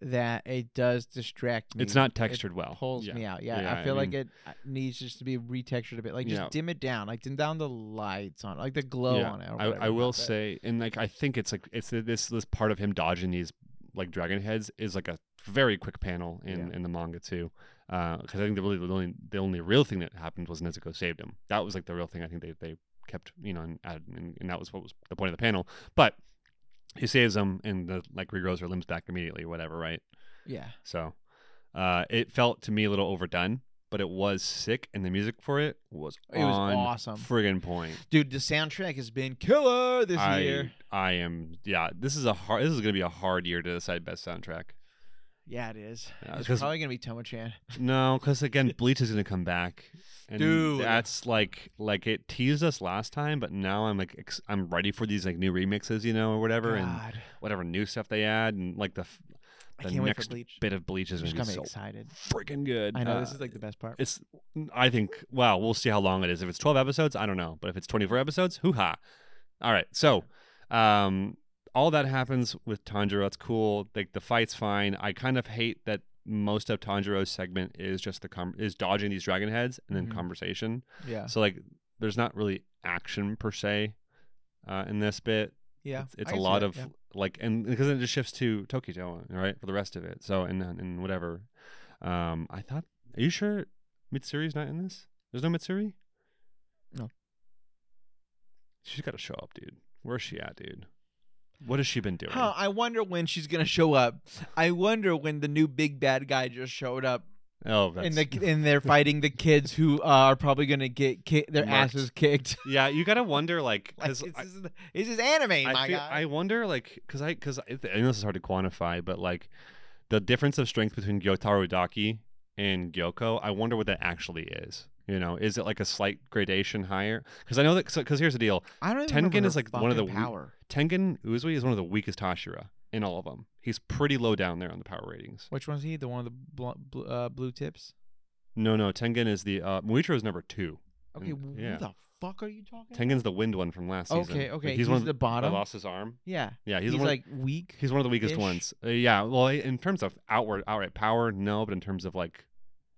Speaker 2: that it does distract me.
Speaker 1: it's not
Speaker 2: It
Speaker 1: textured well.
Speaker 2: pulls
Speaker 1: yeah.
Speaker 2: me out. Yeah,
Speaker 1: Yeah, I
Speaker 2: I feel like
Speaker 1: mean-
Speaker 2: it uh, needs just to be retextured a bit. Like just
Speaker 1: Yeah.
Speaker 2: dim it down. Like dim down the lights on, it, like the glow
Speaker 1: Yeah,
Speaker 2: on it. or
Speaker 1: I,
Speaker 2: whatever
Speaker 1: I
Speaker 2: the
Speaker 1: will
Speaker 2: fuck that-
Speaker 1: say, and like I think it's like it's this this part of him dodging these like dragon heads is like a very quick panel in,
Speaker 2: Yeah.
Speaker 1: in the manga too, because I think the really the only the only real thing that happened was Nezuko saved him. That was like the real thing. I think they they kept you know and added, and, and that was what was the point of the panel. But he saves him and the, like regrows her limbs back immediately, whatever, right?
Speaker 2: yeah.
Speaker 1: So uh, it felt to me a little overdone, but it was sick, and the music for it was
Speaker 2: It was
Speaker 1: on
Speaker 2: awesome.
Speaker 1: friggin' point.
Speaker 2: Dude, the soundtrack has been killer this
Speaker 1: I,
Speaker 2: year.
Speaker 1: I am yeah. This is a hard. This is gonna be a hard year to decide best soundtrack.
Speaker 2: Yeah, it is.
Speaker 1: Yeah,
Speaker 2: it's
Speaker 1: 'cause-
Speaker 2: probably gonna be Tomo Chan.
Speaker 1: No, because again, Bleach is gonna come back. And
Speaker 2: Dude.
Speaker 1: that's like like it teased us last time, but now I'm like ex- I'm ready for these like new remixes, you know, or whatever, and
Speaker 2: God,
Speaker 1: whatever new stuff they add, and like the f-
Speaker 2: I
Speaker 1: the
Speaker 2: can't wait for
Speaker 1: next
Speaker 2: Bleach.
Speaker 1: bit of Bleach is
Speaker 2: I'm just
Speaker 1: gonna
Speaker 2: got
Speaker 1: be so
Speaker 2: me excited.
Speaker 1: freaking good.
Speaker 2: I know
Speaker 1: Uh,
Speaker 2: this is like the best part.
Speaker 1: it's I think wow, we'll see how long it is. If it's 12 episodes, I don't know, but if it's 24 episodes, hoo ha. All right. So, um all that happens with Tanjiro. That's cool. Like the fight's fine. I kind of hate that most of Tanjiro's segment is just the com- is dodging these dragon heads and then
Speaker 2: Mhm.
Speaker 1: conversation.
Speaker 2: Yeah.
Speaker 1: So like there's not really action per se uh, in this bit.
Speaker 2: Yeah.
Speaker 1: It's, it's a
Speaker 2: I can see
Speaker 1: lot
Speaker 2: that,
Speaker 1: of
Speaker 2: yeah.
Speaker 1: like, and because then it just shifts to Tokyo, right, for the rest of it. So and and whatever. Um, I thought, are you sure Mitsuri's not in this? There's no Mitsuri.
Speaker 2: No.
Speaker 1: She's got to show up, dude. Where's she at, dude? What has she been doing?
Speaker 2: Huh, I wonder when she's gonna show up. I wonder when the new big bad guy just showed up,
Speaker 1: oh, that's,
Speaker 2: and the and they're fighting the kids who uh, are probably gonna get ki- their
Speaker 1: Murked.
Speaker 2: asses kicked.
Speaker 1: yeah, you gotta wonder, like,
Speaker 2: Like,
Speaker 1: 'cause
Speaker 2: this,
Speaker 1: I-
Speaker 2: is, this is anime, my
Speaker 1: I, feel,
Speaker 2: guy.
Speaker 1: I wonder, like, because I, because I I know this is hard to quantify, but like the difference of strength between Gyotaro Daki and Gyoko, I wonder what that actually is. You know, is it like a slight gradation higher? Because I know that, because here's the deal
Speaker 2: I don't even
Speaker 1: Tengen
Speaker 2: remember
Speaker 1: is,
Speaker 2: her
Speaker 1: like, one of the
Speaker 2: fucking
Speaker 1: wee-
Speaker 2: power.
Speaker 1: Tengen Uzui is one of the weakest Hashira in all of them. He's pretty low down there on the power ratings.
Speaker 2: Which one's he? The one with the bl- bl- uh, blue tips?
Speaker 1: No, no, Tengen is the, uh, Muichiro is number two.
Speaker 2: Okay,
Speaker 1: Mm,
Speaker 2: who
Speaker 1: yeah.
Speaker 2: the fuck are you talking?
Speaker 1: Tengen's the wind one from last season.
Speaker 2: Okay, okay,
Speaker 1: He's,
Speaker 2: he's
Speaker 1: one of
Speaker 2: the
Speaker 1: the, I
Speaker 2: bottom?
Speaker 1: lost his arm.
Speaker 2: yeah,
Speaker 1: Yeah, he's,
Speaker 2: he's,
Speaker 1: one of-
Speaker 2: like weak.
Speaker 1: He's one of the weakest
Speaker 2: ish.
Speaker 1: ones. Uh, yeah. Well, in terms of outward outright power, no, but in terms of like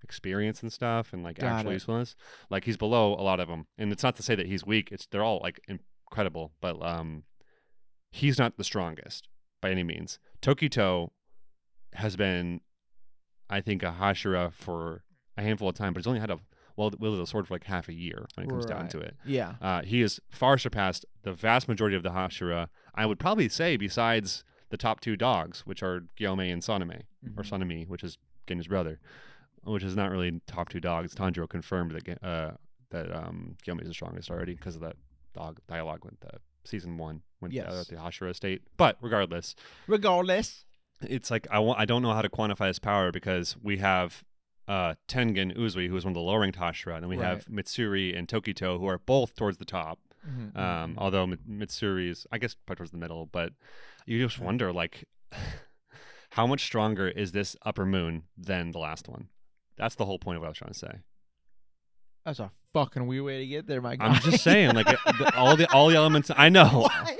Speaker 1: experience and stuff and like
Speaker 2: Got
Speaker 1: actual
Speaker 2: it.
Speaker 1: usefulness, like he's below a lot of them. And it's not to say that he's weak. It's they're all like incredible, but um, he's not the strongest by any means. Tokito has been, I think, a Hashira for a handful of time, but he's only had a well wielded a sword for like half a year when it comes down
Speaker 2: Right.
Speaker 1: to it.
Speaker 2: yeah,
Speaker 1: Uh, he has far surpassed the vast majority of the Hashira. I would probably say, besides the top two dogs, which are Gyome and Soname, or
Speaker 2: Mhm.
Speaker 1: Sonami, which is Gen's brother, which is not really top two dogs. Tanjiro confirmed that Gen- uh, that um, Gyome is the strongest already because of that dog dialogue with the season one when the-
Speaker 2: Yes.
Speaker 1: at the Hashira estate. But regardless,
Speaker 2: Regardless,
Speaker 1: it's like I want I don't know how to quantify his power because we have uh Tengen Uzui who is one of the lower ranked Hashira and then we have Mitsuri and Tokito who are both towards the top
Speaker 2: Mhm,
Speaker 1: um,
Speaker 2: mhm.
Speaker 1: although Mi- Mitsuri is, I guess, probably towards the middle, but you just
Speaker 2: Right.
Speaker 1: wonder, like, how much stronger is this upper moon than the last one? That's the whole point of what I was trying to say.
Speaker 2: that's a fucking weird way to get there, my guy.
Speaker 1: I'm just saying, like, it- the, all the all the elements. I know,
Speaker 2: What?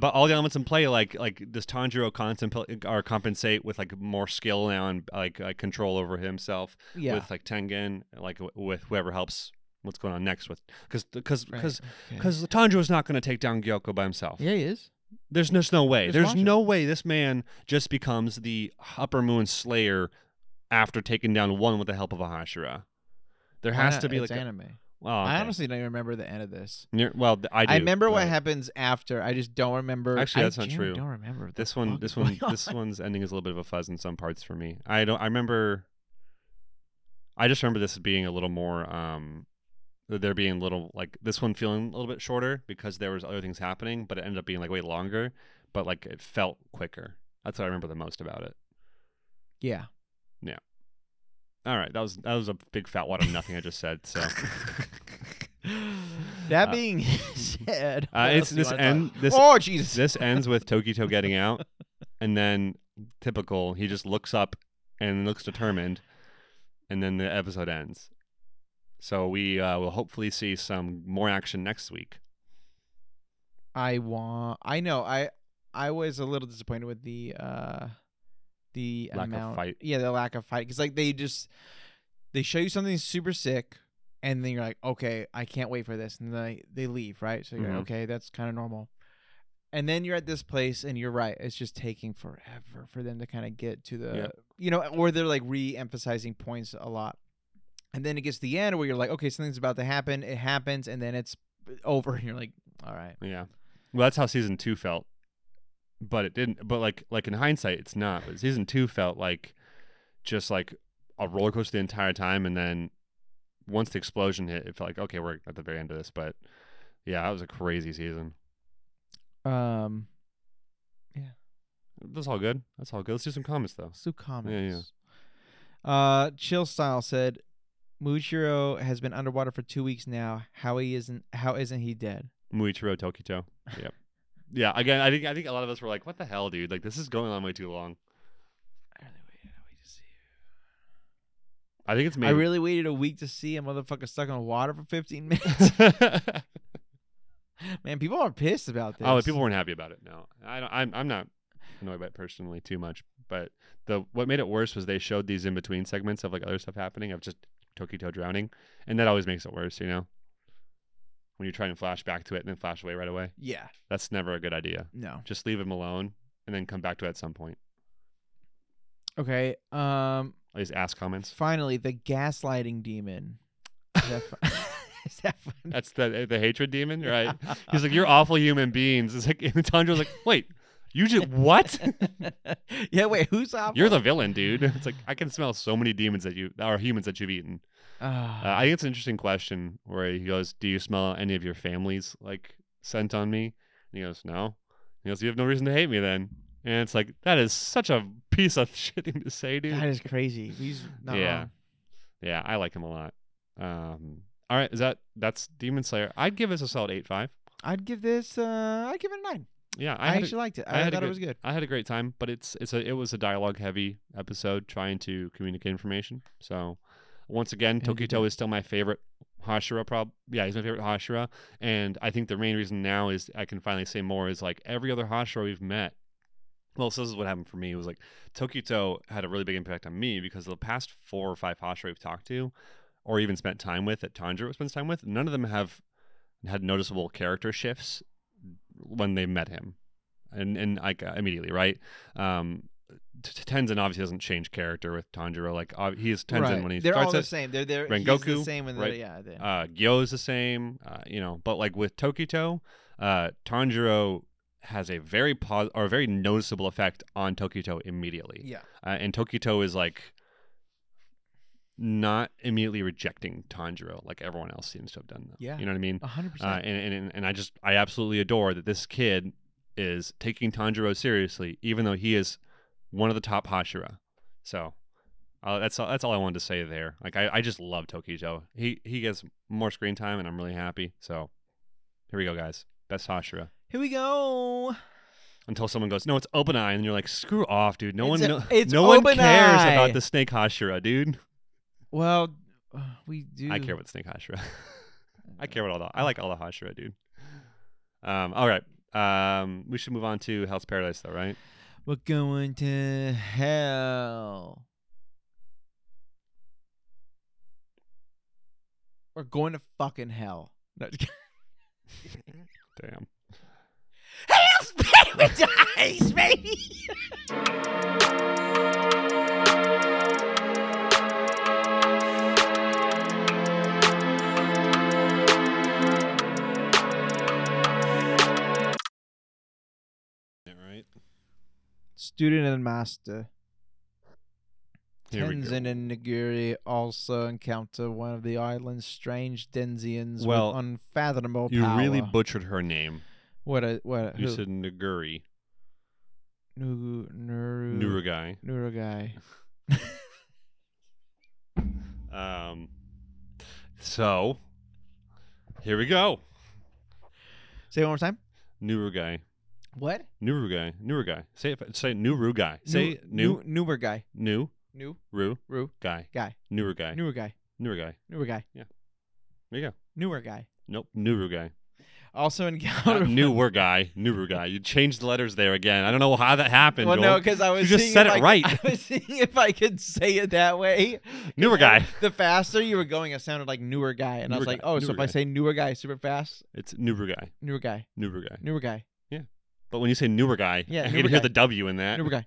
Speaker 1: but all the elements in play, like, like does Tanjiro contemplate or compensate with like more skill now and like, like control over himself?
Speaker 2: Yeah.
Speaker 1: with like Tengen, like w- with whoever helps. What's going on next with? Because because
Speaker 2: Right,
Speaker 1: because
Speaker 2: okay.
Speaker 1: because Tanjiro's not going to take down Gyoko by himself.
Speaker 2: yeah, he is.
Speaker 1: There's just no way.
Speaker 2: Just
Speaker 1: There's
Speaker 2: watch it.
Speaker 1: no way this man just becomes the upper moon slayer after taking down one with the help of a Hashira. There
Speaker 2: Why
Speaker 1: has
Speaker 2: not?
Speaker 1: to be
Speaker 2: It's
Speaker 1: like a,
Speaker 2: anime.
Speaker 1: well,
Speaker 2: I
Speaker 1: okay.
Speaker 2: honestly don't even remember the end of this.
Speaker 1: Near- well, th- I do.
Speaker 2: I remember what
Speaker 1: but
Speaker 2: happens after. I just don't remember.
Speaker 1: Actually,
Speaker 2: I
Speaker 1: that's not
Speaker 2: genuinely
Speaker 1: true.
Speaker 2: Don't remember what the
Speaker 1: This one,
Speaker 2: fuck
Speaker 1: this
Speaker 2: is
Speaker 1: one,
Speaker 2: going
Speaker 1: this
Speaker 2: on.
Speaker 1: one's ending is a little bit of a fuzz in some parts for me. I don't. I remember. I just remember this being a little more. um there being a little like this one feeling a little bit shorter because there was other things happening, but it ended up being like way longer. But like it felt quicker. That's what I remember the most about it.
Speaker 2: Yeah.
Speaker 1: All right, that was that was a big fat wad of nothing I just said. So
Speaker 2: That
Speaker 1: Uh,
Speaker 2: being said,
Speaker 1: uh,
Speaker 2: what
Speaker 1: it's-
Speaker 2: else do you
Speaker 1: this
Speaker 2: wanna
Speaker 1: end-
Speaker 2: talk-
Speaker 1: this-
Speaker 2: oh Jesus,
Speaker 1: this ends with Tokito getting out, and then typical, he just looks up and looks determined, and then the episode ends. So we uh, will hopefully see some more action next week.
Speaker 2: I want. I know. I I was a little disappointed with the uh the
Speaker 1: Lack of
Speaker 2: amount.
Speaker 1: fight.
Speaker 2: Yeah, the lack of fight because like they just they show you something super sick, and then you're like, okay, I can't wait for this, and then they they leave, right? So you're
Speaker 1: Mhm.
Speaker 2: like, okay, that's kind of normal. And then you're at this place, and you're right. It's just taking forever for them to kind of get to the,
Speaker 1: Yep.
Speaker 2: you know, or they're like re-emphasizing points a lot. And then it gets to the end where you're like, okay, something's about to happen. It happens, and then it's over. And you're like, all right,
Speaker 1: Yeah, well, that's how season two felt, but it didn't. But like like in hindsight, it's not. But season two felt like just like a roller coaster the entire time, and then once the explosion hit, it felt like okay, we're at the very end of this. But yeah, that was a crazy season.
Speaker 2: um,
Speaker 1: That's all good. That's all good. Let's do some comments though.
Speaker 2: Let's do comments. Uh, Chill Style said, Mushiro has been underwater for two weeks now. How he isn't? How isn't he dead?
Speaker 1: Muichiro Tokito. Yep. yeah. Again, I think I think a lot of us were like, "What the hell, dude? Like this is going on way too long."
Speaker 2: I really waited a week to see.
Speaker 1: I think it's
Speaker 2: Him.
Speaker 1: made.
Speaker 2: I really waited a week to see a motherfucker stuck in water for 15 minutes. Man, people are pissed about this.
Speaker 1: oh, people weren't happy about it. No, I don't. I'm I'm not annoyed by it personally too much. But the what made it worse was they showed these in between segments of like other stuff happening of just Tokito drowning, and that always makes it worse. You know. when you're trying to flash back to it and then flash away right away.
Speaker 2: Yeah.
Speaker 1: That's never a good idea.
Speaker 2: No.
Speaker 1: Just leave him alone and then come back to it at some point.
Speaker 2: Okay. Um.
Speaker 1: At least ask comments.
Speaker 2: Finally, the gaslighting demon. Is that, fi- is that funny?
Speaker 1: That's the eh, the hatred demon, right? He's like, "You're awful human beings." It's like and Tanjiro's like, "Wait, you just what?
Speaker 2: yeah. Wait. Who's awful?
Speaker 1: You're the villain, dude." It's like I can smell so many demons that you or humans that you've eaten. Uh,
Speaker 2: Ah,
Speaker 1: I think it's an interesting question where he goes, "Do you smell any of your family's like scent on me?" And he goes, "No." He goes, "You have no reason to hate me then." And it's like that is such a piece of shit thing to say, dude.
Speaker 2: that is crazy. He's not
Speaker 1: Yeah.
Speaker 2: wrong.
Speaker 1: yeah, I like him a lot. Um, all right, is that that's Demon Slayer? I'd give this a solid eight five.
Speaker 2: I'd give this. Uh, I'd give it a nine.
Speaker 1: Yeah,
Speaker 2: I,
Speaker 1: I, had a-
Speaker 2: actually liked it.
Speaker 1: I
Speaker 2: I,
Speaker 1: had a
Speaker 2: thought it
Speaker 1: good-
Speaker 2: was good.
Speaker 1: I had a great time, but it's it's a it was a dialogue heavy episode trying to communicate information. So once again,
Speaker 2: And you
Speaker 1: Tokito is still my favorite Hashira prob yeah, he's my favorite Hashira. And I think the main reason now is I can finally say more is like every other Hashira we've met. Well, so this is what happened for me. It was like Tokito had a really big impact on me because the past four or five Hashira we've talked to, or even spent time with that Tanjiro spends time with, none of them have had noticeable character shifts when they met him and and like uh, immediately, right? Um, T- T- Tenzin obviously doesn't change character with Tanjiro. Like ob- he is Tenzin
Speaker 2: Right.
Speaker 1: when he
Speaker 2: They're all
Speaker 1: starts
Speaker 2: the
Speaker 1: it.
Speaker 2: same. They're they're he's the
Speaker 1: Rengoku,
Speaker 2: same. When
Speaker 1: right?
Speaker 2: they're, yeah. They,
Speaker 1: Uh, Gyo's the same, uh, you know. But like with Tokito, uh, Tanjiro has a very pos- or a very noticeable effect on Tokito immediately
Speaker 2: yeah.
Speaker 1: uh, and Tokito is like not immediately rejecting Tanjiro like everyone else seems to have done. Though.
Speaker 2: Yeah.
Speaker 1: you know what I mean.
Speaker 2: A hundred
Speaker 1: Uh,
Speaker 2: percent.
Speaker 1: and, and and I just I absolutely adore that this kid is taking Tanjiro seriously, even though he is one of the top Hashira. So uh, that's all, that's all I wanted to say there. Like I, I just love Tokito. He he gets more screen time, and I'm really happy. So here we go, guys. Best Hashira.
Speaker 2: Here we go.
Speaker 1: Until someone goes, no, it's open eye, and you're like, screw off, dude. No
Speaker 2: It's
Speaker 1: one,
Speaker 2: a-
Speaker 1: no,
Speaker 2: it's
Speaker 1: no one
Speaker 2: Open
Speaker 1: cares
Speaker 2: Eye.
Speaker 1: about the snake Hashira, dude.
Speaker 2: Well, uh, we do.
Speaker 1: I care about snake Hashira. I care about all the. I like all the Hashira, dude. Um, all right. Um, we should move on to Hell's Paradise, though, right?
Speaker 2: We're going to hell. We're going to fucking hell. No, just kidding.
Speaker 1: Damn.
Speaker 2: Hell's paradise, baby.
Speaker 1: Yeah, right.
Speaker 2: Student and master
Speaker 1: Here we go.
Speaker 2: Tenzin and Naguri also encounter one of the island's strange Denzians
Speaker 1: Well,
Speaker 2: with unfathomable
Speaker 1: You
Speaker 2: power.
Speaker 1: really butchered her name.
Speaker 2: what a what? A,
Speaker 1: You
Speaker 2: who?
Speaker 1: said Naguri,
Speaker 2: Nuru Nuru
Speaker 1: Nurugai.
Speaker 2: Nuru guy.
Speaker 1: Um, so here we go.
Speaker 2: Say it one more time.
Speaker 1: Nurugai,
Speaker 2: What?
Speaker 1: Nurugai, Nurugai. Say it. Say Nurugai. Say new,
Speaker 2: new newer guy.
Speaker 1: new,
Speaker 2: New
Speaker 1: ru,
Speaker 2: Ru
Speaker 1: guy,
Speaker 2: guy.
Speaker 1: Nurugai,
Speaker 2: Newer guy.
Speaker 1: Nurugai.
Speaker 2: Newer guy.
Speaker 1: There you go.
Speaker 2: Newer guy.
Speaker 1: Nope, Nurugai.
Speaker 2: Also
Speaker 1: Not
Speaker 2: encounter
Speaker 1: newer guy, newer guy. You changed the letters there again. I don't know how that happened.
Speaker 2: Well, no,
Speaker 1: Joel.
Speaker 2: because I was
Speaker 1: just
Speaker 2: seeing
Speaker 1: said
Speaker 2: if
Speaker 1: it
Speaker 2: I-
Speaker 1: right.
Speaker 2: I was seeing if I could say it that way.
Speaker 1: newer guy.
Speaker 2: The faster you were going, it sounded like newer guy, and I was
Speaker 1: Newer
Speaker 2: like,
Speaker 1: guy,
Speaker 2: oh, so
Speaker 1: newer
Speaker 2: if I
Speaker 1: guy.
Speaker 2: say newer guy super fast,
Speaker 1: It's newer guy,
Speaker 2: newer guy,
Speaker 1: newer guy.
Speaker 2: newer guy,
Speaker 1: But when you say newer guy,
Speaker 2: Yeah,
Speaker 1: I can
Speaker 2: newer
Speaker 1: hear
Speaker 2: guy.
Speaker 1: the W in that.
Speaker 2: newer guy,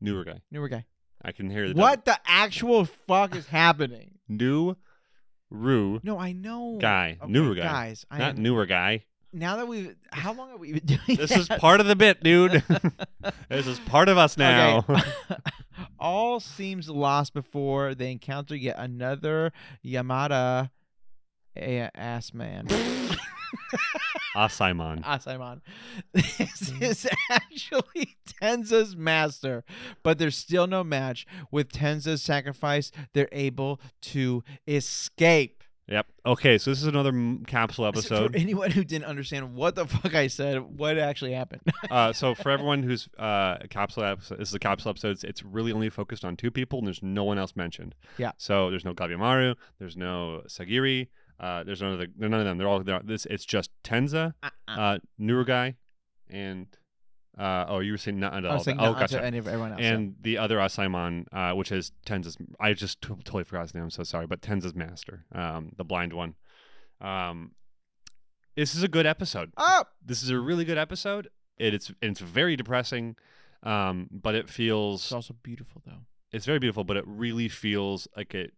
Speaker 1: Newer guy.
Speaker 2: Uh, newer guy.
Speaker 1: I can hear the
Speaker 2: What the actual fuck is happening?
Speaker 1: W. New ru
Speaker 2: No, I know.
Speaker 1: guy,
Speaker 2: Okay,
Speaker 1: newer guy.
Speaker 2: Guys, I
Speaker 1: Not
Speaker 2: am,
Speaker 1: newer guy.
Speaker 2: now that we've, how long have we been doing
Speaker 1: This is
Speaker 2: that?
Speaker 1: part of the bit, dude. this is part of us now.
Speaker 2: Okay. All seems lost before they encounter yet another Yamada a- ass man.
Speaker 1: ah, Simon.
Speaker 2: ass man. This is actually Tenza's master, but there's still no match. With Tenza's sacrifice, they're able to escape.
Speaker 1: Yep. Okay, so this is another m- capsule
Speaker 2: For
Speaker 1: episode.
Speaker 2: anyone who didn't understand what the fuck I said, what actually happened?
Speaker 1: uh, so for everyone who's uh, capsule episode, this is a capsule episode. It's, it's really only focused on two people, and there's no one else mentioned.
Speaker 2: Yeah.
Speaker 1: So there's no Gabiamaru. There's no Sagiri. Uh, there's none of the there are none of them. They're all they're, this. It's just Tenza,
Speaker 2: Uh, uh.
Speaker 1: uh, Nurugai, and uh, oh, you were saying not at
Speaker 2: I
Speaker 1: all.
Speaker 2: was saying
Speaker 1: oh,
Speaker 2: not to
Speaker 1: gotcha.
Speaker 2: any of everyone else.
Speaker 1: And the other Asaimon, uh, which is Tenza's, I just t- totally forgot his name. I'm so sorry, but Tenza's master, um, the blind one. Um, This is a good episode.
Speaker 2: Up.
Speaker 1: This is a really good episode. It, it's and it's very depressing, um, but it feels
Speaker 2: It's also beautiful though.
Speaker 1: it's very beautiful, but it really feels like it.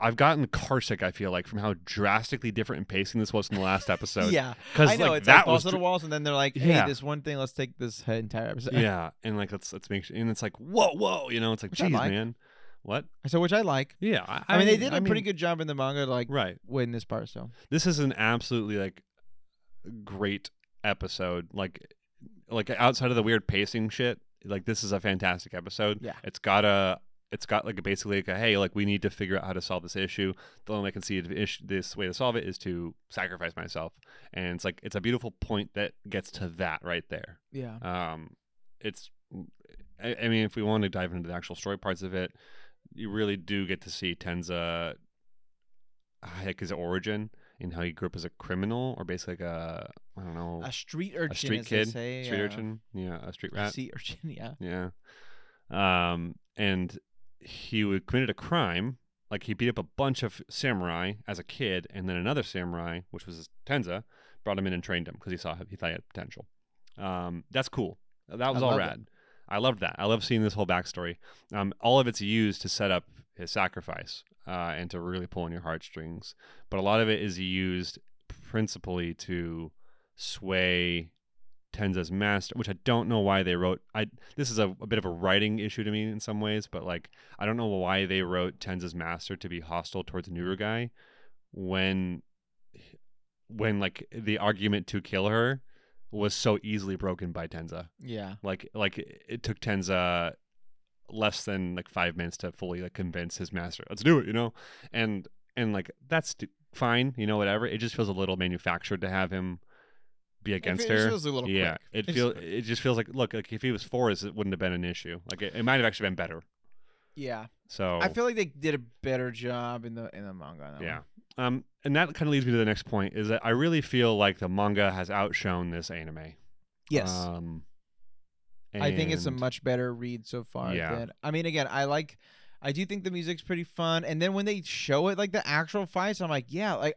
Speaker 1: I've gotten car sick. I feel like from how drastically different in pacing this was from the last episode.
Speaker 2: yeah,
Speaker 1: because
Speaker 2: I know
Speaker 1: like
Speaker 2: it's like
Speaker 1: that was
Speaker 2: balls to the
Speaker 1: dr-
Speaker 2: walls, and then they're like, "Hey,
Speaker 1: Yeah.
Speaker 2: this one thing, let's take this entire episode."
Speaker 1: yeah, and like let's let's make sure, and it's like whoa whoa, you know, it's like
Speaker 2: Which I
Speaker 1: geez
Speaker 2: like.
Speaker 1: man, what?
Speaker 2: So which I like.
Speaker 1: Yeah, I,
Speaker 2: I, mean, they did a
Speaker 1: a
Speaker 2: pretty good job in the manga, like
Speaker 1: right.
Speaker 2: win this part. So
Speaker 1: This is an absolutely like great episode. Like like outside of the weird pacing shit, like this is a fantastic episode.
Speaker 2: Yeah.
Speaker 1: it's got a it's got like a basically like a hey like we need to figure out how to solve this issue the only way i can see it- ish- this way to solve it is to sacrifice myself and it's like it's a beautiful point that gets to that right there
Speaker 2: yeah,
Speaker 1: um it's I, I mean if we want to dive into the actual story parts of it you really do get to see tenza heck his origin and how he grew up as a criminal or basically like a i don't know
Speaker 2: a street urchin,
Speaker 1: street
Speaker 2: as
Speaker 1: kid,
Speaker 2: they say,
Speaker 1: street
Speaker 2: uh,
Speaker 1: urchin yeah a street rat
Speaker 2: sea urchin, yeah,
Speaker 1: yeah. Um, and he would committed a crime. Like he beat up a bunch of samurai as a kid, and then another samurai, which was Tenza, brought him in and trained him because he saw he thought he had potential. Um, that's cool. That was all
Speaker 2: love it.
Speaker 1: rad. I loved that. I love seeing this whole backstory. Um, all of it's used to set up his sacrifice uh, and to really pull on your heartstrings, but a lot of it is used principally to sway Tenza's master, which I don't know why they wrote. I this is a, a bit of a writing issue to me in some ways, but like I don't know why they wrote Tenza's master to be hostile towards Nurugai when when like the argument to kill her was so easily broken by Tenza.
Speaker 2: yeah.
Speaker 1: Like like it took Tenza less than like five minutes to fully like convince his master. Let's do it, you know. And and like that's st- fine, you know, whatever. It just feels a little manufactured to have him be against
Speaker 2: it
Speaker 1: her.
Speaker 2: feels a little
Speaker 1: yeah,
Speaker 2: quick.
Speaker 1: it
Speaker 2: It's-
Speaker 1: feels it just feels like look like if he was Forrest, it wouldn't have been an issue. Like it, it might have actually been better.
Speaker 2: Yeah,
Speaker 1: So
Speaker 2: I feel like they did a better job in the in the manga. on that
Speaker 1: Oh. yeah.
Speaker 2: one.
Speaker 1: Um, and that kind of leads me to the next point is that I really feel like the manga has outshone this anime.
Speaker 2: Yes.
Speaker 1: Um,
Speaker 2: I think it's a
Speaker 1: and-
Speaker 2: much better read so far.
Speaker 1: Yeah.
Speaker 2: Than, I mean, again, I like, I do think the music's pretty fun, and then when they show it, like the actual fights, I'm like, yeah, like,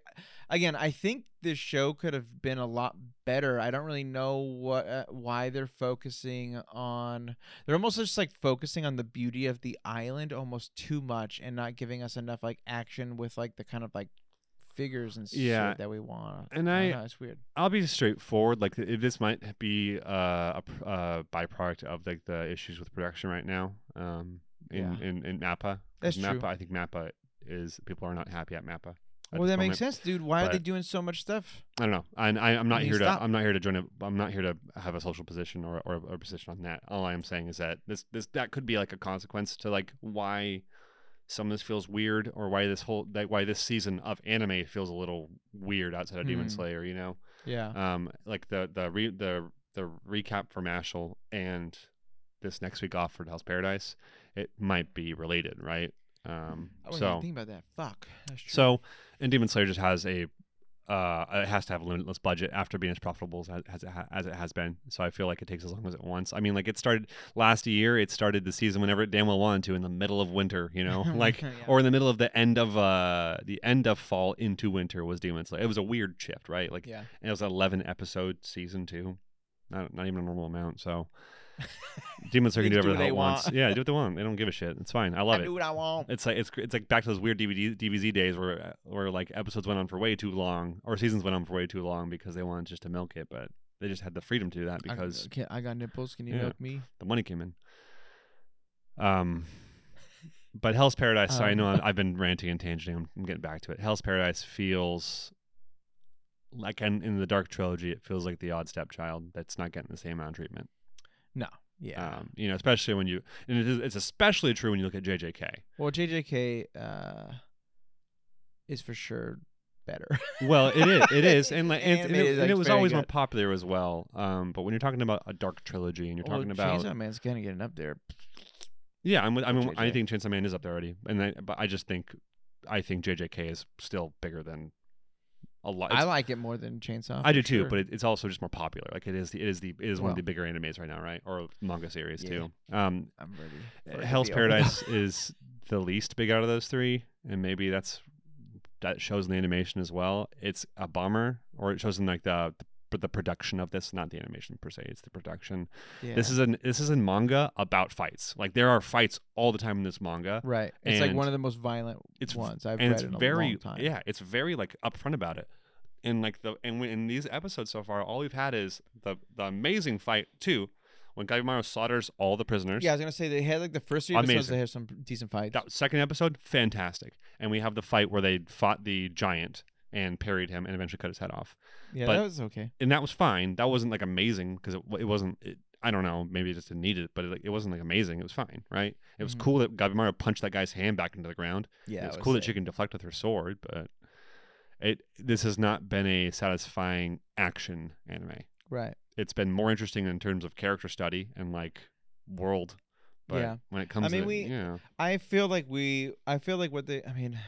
Speaker 2: again, I think this show could have been a lot better. I don't really know what, uh, why they're focusing on. They're almost just like focusing on the beauty of the island almost too much, and not giving us enough like action with like the kind of like figures and
Speaker 1: Yeah.
Speaker 2: shit that we want.
Speaker 1: And
Speaker 2: I
Speaker 1: I-
Speaker 2: don't know, it's weird.
Speaker 1: I'll be straightforward. Like th- this might be uh, a pr- uh, byproduct of like the issues with production right now. Um, in in, in Mappa. 'Cause
Speaker 2: That's
Speaker 1: Mappa,
Speaker 2: true.
Speaker 1: I think Mappa is people are not happy at Mappa. at
Speaker 2: well,
Speaker 1: this
Speaker 2: that
Speaker 1: moment.
Speaker 2: makes sense, dude. Why are they
Speaker 1: but-
Speaker 2: doing so much stuff?
Speaker 1: I don't know. And I, I'm not
Speaker 2: mean,
Speaker 1: here to.
Speaker 2: stop.
Speaker 1: I'm not here to join. A, I'm not here to have a social position or, or a position on that. All I am saying is that this this that could be like a consequence to like why some of this feels weird or why this whole like why this season of anime feels a little weird outside of Demon
Speaker 2: Hmm.
Speaker 1: Slayer. You know,
Speaker 2: Yeah.
Speaker 1: um, like the the re, the the recap for Mashal and this next week off for Hell's Paradise. It might be related, right? Um,
Speaker 2: I wasn't
Speaker 1: so
Speaker 2: even thinking about that. Fuck. That's true.
Speaker 1: so, and Demon Slayer just has a, uh, it has to have a limitless budget after being as profitable as, as, it, ha- as it has been. So I feel like it takes as long as it wants. I mean, like it started last year. It started the season whenever it damn well wanted to in the middle of winter, you know, like
Speaker 2: Oh Yeah.
Speaker 1: or in the middle of the end of uh the end of fall into winter was Demon Slayer. It was a weird shift, right? Like
Speaker 2: yeah.
Speaker 1: and it was an 11 episode season too. Not, not even a normal amount. So Demon Slayer can
Speaker 2: They
Speaker 1: do whatever
Speaker 2: do
Speaker 1: the
Speaker 2: what
Speaker 1: hell
Speaker 2: they
Speaker 1: it wants.
Speaker 2: want.
Speaker 1: Yeah, do what they want. They don't give a shit. It's fine. I
Speaker 2: I
Speaker 1: love it.
Speaker 2: do what I want.
Speaker 1: It's like it's it's like back to those weird DVD DBZ days where where like episodes went on for way too long or seasons went on for way too long because they wanted just to milk it, but they just had the freedom to do that because
Speaker 2: I, can I got nipples. Can you
Speaker 1: Yeah.
Speaker 2: milk me?
Speaker 1: the money came in. Um, but Hell's Paradise. sorry, I know
Speaker 2: Um.
Speaker 1: I've, I've been ranting and tangenting. I'm, I'm getting back to it. Hell's Paradise feels like in, in the Dark Trilogy, it feels like the odd stepchild that's not getting the same amount of treatment.
Speaker 2: Yeah.
Speaker 1: Um, you know, especially when you and it is, it's especially true when you look at JJK.
Speaker 2: well, JJK uh, is for sure better.
Speaker 1: Well, it is. It is, and like, and, and
Speaker 2: Animated
Speaker 1: it,
Speaker 2: is,
Speaker 1: and it
Speaker 2: like,
Speaker 1: was
Speaker 2: very
Speaker 1: always
Speaker 2: good.
Speaker 1: more popular as well. Um, but when you're talking about a dark trilogy, and you're talking about
Speaker 2: Oh, Chainsaw Man's kind of getting up there.
Speaker 1: yeah, I'm, with- I
Speaker 2: or
Speaker 1: mean, I
Speaker 2: JJ.
Speaker 1: think Chainsaw Man is up there already, and I, but I just think, I think JJK is still bigger than a lot.
Speaker 2: I
Speaker 1: it's-
Speaker 2: like it more than Chainsaw.
Speaker 1: I
Speaker 2: for
Speaker 1: do too,
Speaker 2: sure.
Speaker 1: but it, it's also just more popular. Like it is, the, it is the, it is one
Speaker 2: Well.
Speaker 1: of the bigger animes right now, right? Or manga series
Speaker 2: Yeah.
Speaker 1: too. Um,
Speaker 2: I'm ready. for it to
Speaker 1: Hell's
Speaker 2: be over now.
Speaker 1: Paradise is the least big out of those three, and maybe that's that shows in the animation as well. It's a bummer, or it shows in like the the, the production of this, not the animation per se. It's the production.
Speaker 2: Yeah.
Speaker 1: This is an this is a manga about fights. Like there are fights all the time in this manga.
Speaker 2: right. It's like one
Speaker 1: and
Speaker 2: of the most violent
Speaker 1: It's v-
Speaker 2: ones I've
Speaker 1: and
Speaker 2: read
Speaker 1: it's
Speaker 2: in a
Speaker 1: very
Speaker 2: long time.
Speaker 1: yeah, it's very like upfront about it. And like the and when, in these episodes so far, all we've had is the the amazing fight two, when Gaimaro slaughters all the prisoners.
Speaker 2: Yeah, I was gonna say they had like the first three episodes.
Speaker 1: Amazing.
Speaker 2: They have some decent fights.
Speaker 1: That second episode, fantastic. And we have the fight where they fought the giant and parried him and eventually cut his head off.
Speaker 2: yeah,
Speaker 1: but-
Speaker 2: that was okay.
Speaker 1: And that was fine. That wasn't like amazing because it, wa- it wasn't. It, I don't know. Maybe it just didn't need it, but it, like, it wasn't like amazing. It was fine, right? It was
Speaker 2: Mhm.
Speaker 1: cool that Gabimaro punched that guy's hand back into the ground.
Speaker 2: Yeah,
Speaker 1: it's cool that she can deflect with her sword, but it this has not been a satisfying action anime.
Speaker 2: Right.
Speaker 1: It's been more interesting in terms of character study and like world. But
Speaker 2: Yeah.
Speaker 1: when it comes,
Speaker 2: mean,
Speaker 1: to,
Speaker 2: we-
Speaker 1: yeah,
Speaker 2: I feel like we. I feel like what they. I mean,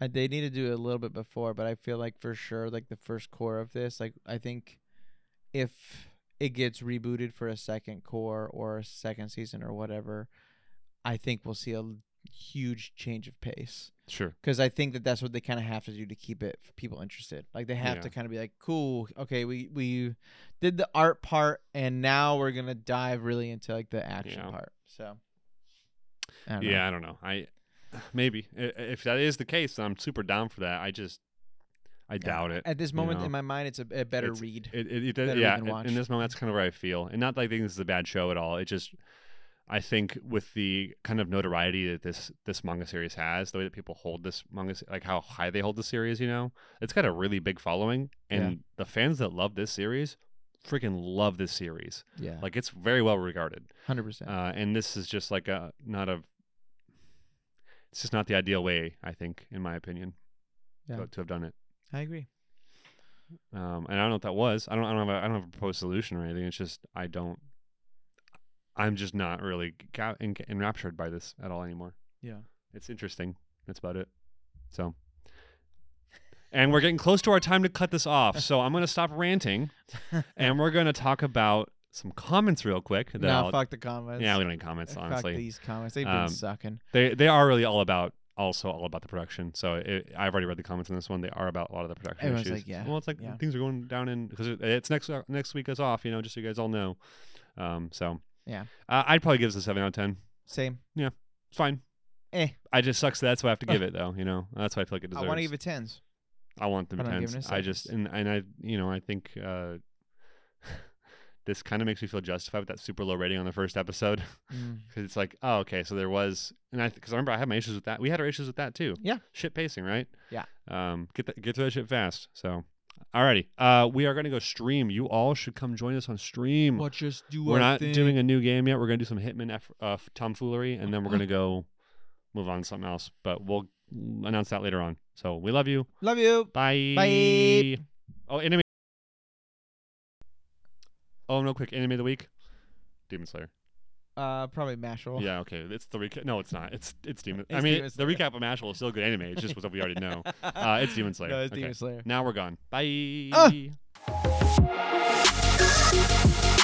Speaker 2: I, they need to do it a little bit before, but I feel like for sure, like the first core of this, like I think if it gets rebooted for a second core or a second season or whatever, I think we'll see a l- huge change of pace
Speaker 1: sure,
Speaker 2: because I think that that's what they kind of have to do to keep it f- people interested. Like they have
Speaker 1: Yeah.
Speaker 2: to kind of be like, cool, okay, we we did the art part, and now we're gonna dive really into like the action
Speaker 1: Yeah.
Speaker 2: part. So. I don't know.
Speaker 1: yeah. I don't know. I maybe I- if that is the case, then I'm super down for that. I just I doubt it.
Speaker 2: At this moment
Speaker 1: know?
Speaker 2: in my mind, it's a, a better
Speaker 1: It's-
Speaker 2: read.
Speaker 1: It, it, it
Speaker 2: better
Speaker 1: does,
Speaker 2: read
Speaker 1: yeah.
Speaker 2: than
Speaker 1: in-
Speaker 2: watch.
Speaker 1: In this moment, that's kind of where I feel, and not like I think this is a bad show at all. It just, I think, with the kind of notoriety that this this manga series has, the way that people hold this manga, se- like how high they hold the series, you know, it's got a really big following,
Speaker 2: Yeah.
Speaker 1: and the fans that love this series freaking love this series.
Speaker 2: yeah,
Speaker 1: Like it's very well regarded,
Speaker 2: hundred percent.
Speaker 1: uh, and this is just like a not a. It's just not the ideal way, I think, in my opinion,
Speaker 2: Yeah.
Speaker 1: to, to have done it.
Speaker 2: I agree.
Speaker 1: Um, and I don't know what that was. I don't. I don't have. A, I don't have a proposed solution or anything. It's just I don't. I'm just not really ca- en- enraptured by this at all anymore.
Speaker 2: Yeah.
Speaker 1: It's interesting. That's about it. So. And we're getting close to our time to cut this off, so I'm gonna stop ranting, and we're gonna talk about some comments real quick. that
Speaker 2: Nah,
Speaker 1: I'll-
Speaker 2: fuck the comments.
Speaker 1: yeah, we don't need comments
Speaker 2: fuck
Speaker 1: honestly.
Speaker 2: these comments. They've been
Speaker 1: Um,
Speaker 2: sucking.
Speaker 1: They they are really all about also all about the production. So it, I've already read the comments on this one. They are about a lot of the production
Speaker 2: Everyone's
Speaker 1: issues.
Speaker 2: like, yeah,
Speaker 1: Well, it's like
Speaker 2: yeah.
Speaker 1: things are going down in because it's next uh, next week is off. You know, just so you guys all know. Um, so
Speaker 2: Yeah.
Speaker 1: uh, I'd probably give this a seven out of ten.
Speaker 2: Same.
Speaker 1: It's fine.
Speaker 2: Eh.
Speaker 1: I just sucks. That's why I have to give it though. You know, that's why I feel like it
Speaker 2: I
Speaker 1: deserves.
Speaker 2: want to give it tens.
Speaker 1: I want them
Speaker 2: I don't give
Speaker 1: tens.
Speaker 2: it a
Speaker 1: I just and and I you know I think uh, this kind of makes me feel justified with that super low rating on the first episode.
Speaker 2: Mm.
Speaker 1: Because it's like, oh, okay, so there was, and I because I remember I had my issues with that. We had our issues with that too.
Speaker 2: Yeah.
Speaker 1: shit pacing, right?
Speaker 2: Yeah.
Speaker 1: Um, get that, get to that shit fast. So, alrighty, uh, we are gonna go stream. You all should come join us on stream.
Speaker 2: Let's just do
Speaker 1: Hmm. we're
Speaker 2: our
Speaker 1: not
Speaker 2: thing.
Speaker 1: doing a new game yet. We're gonna do some Hitman eff- uh, f- tomfoolery, and then we're gonna
Speaker 2: Uh-huh.
Speaker 1: go move on to something else. But we'll announce that later on. So we love you.
Speaker 2: Love you.
Speaker 1: Bye.
Speaker 2: Bye.
Speaker 1: Oh, enemy. Oh, no! Quick enemy of the week, Demon Slayer.
Speaker 2: Uh, probably Mashal.
Speaker 1: Yeah, okay. It's the recap. No, it's not. It's it's Demon. I
Speaker 2: It's
Speaker 1: mean,
Speaker 2: Demon
Speaker 1: the
Speaker 2: Slayer.
Speaker 1: recap of Mashal is still good anime. It's just what we already know. Uh, it's Demon Slayer.
Speaker 2: No, it's
Speaker 1: Okay. Ah!
Speaker 2: Demon Slayer.
Speaker 1: Now we're gone. Bye.
Speaker 2: Ah!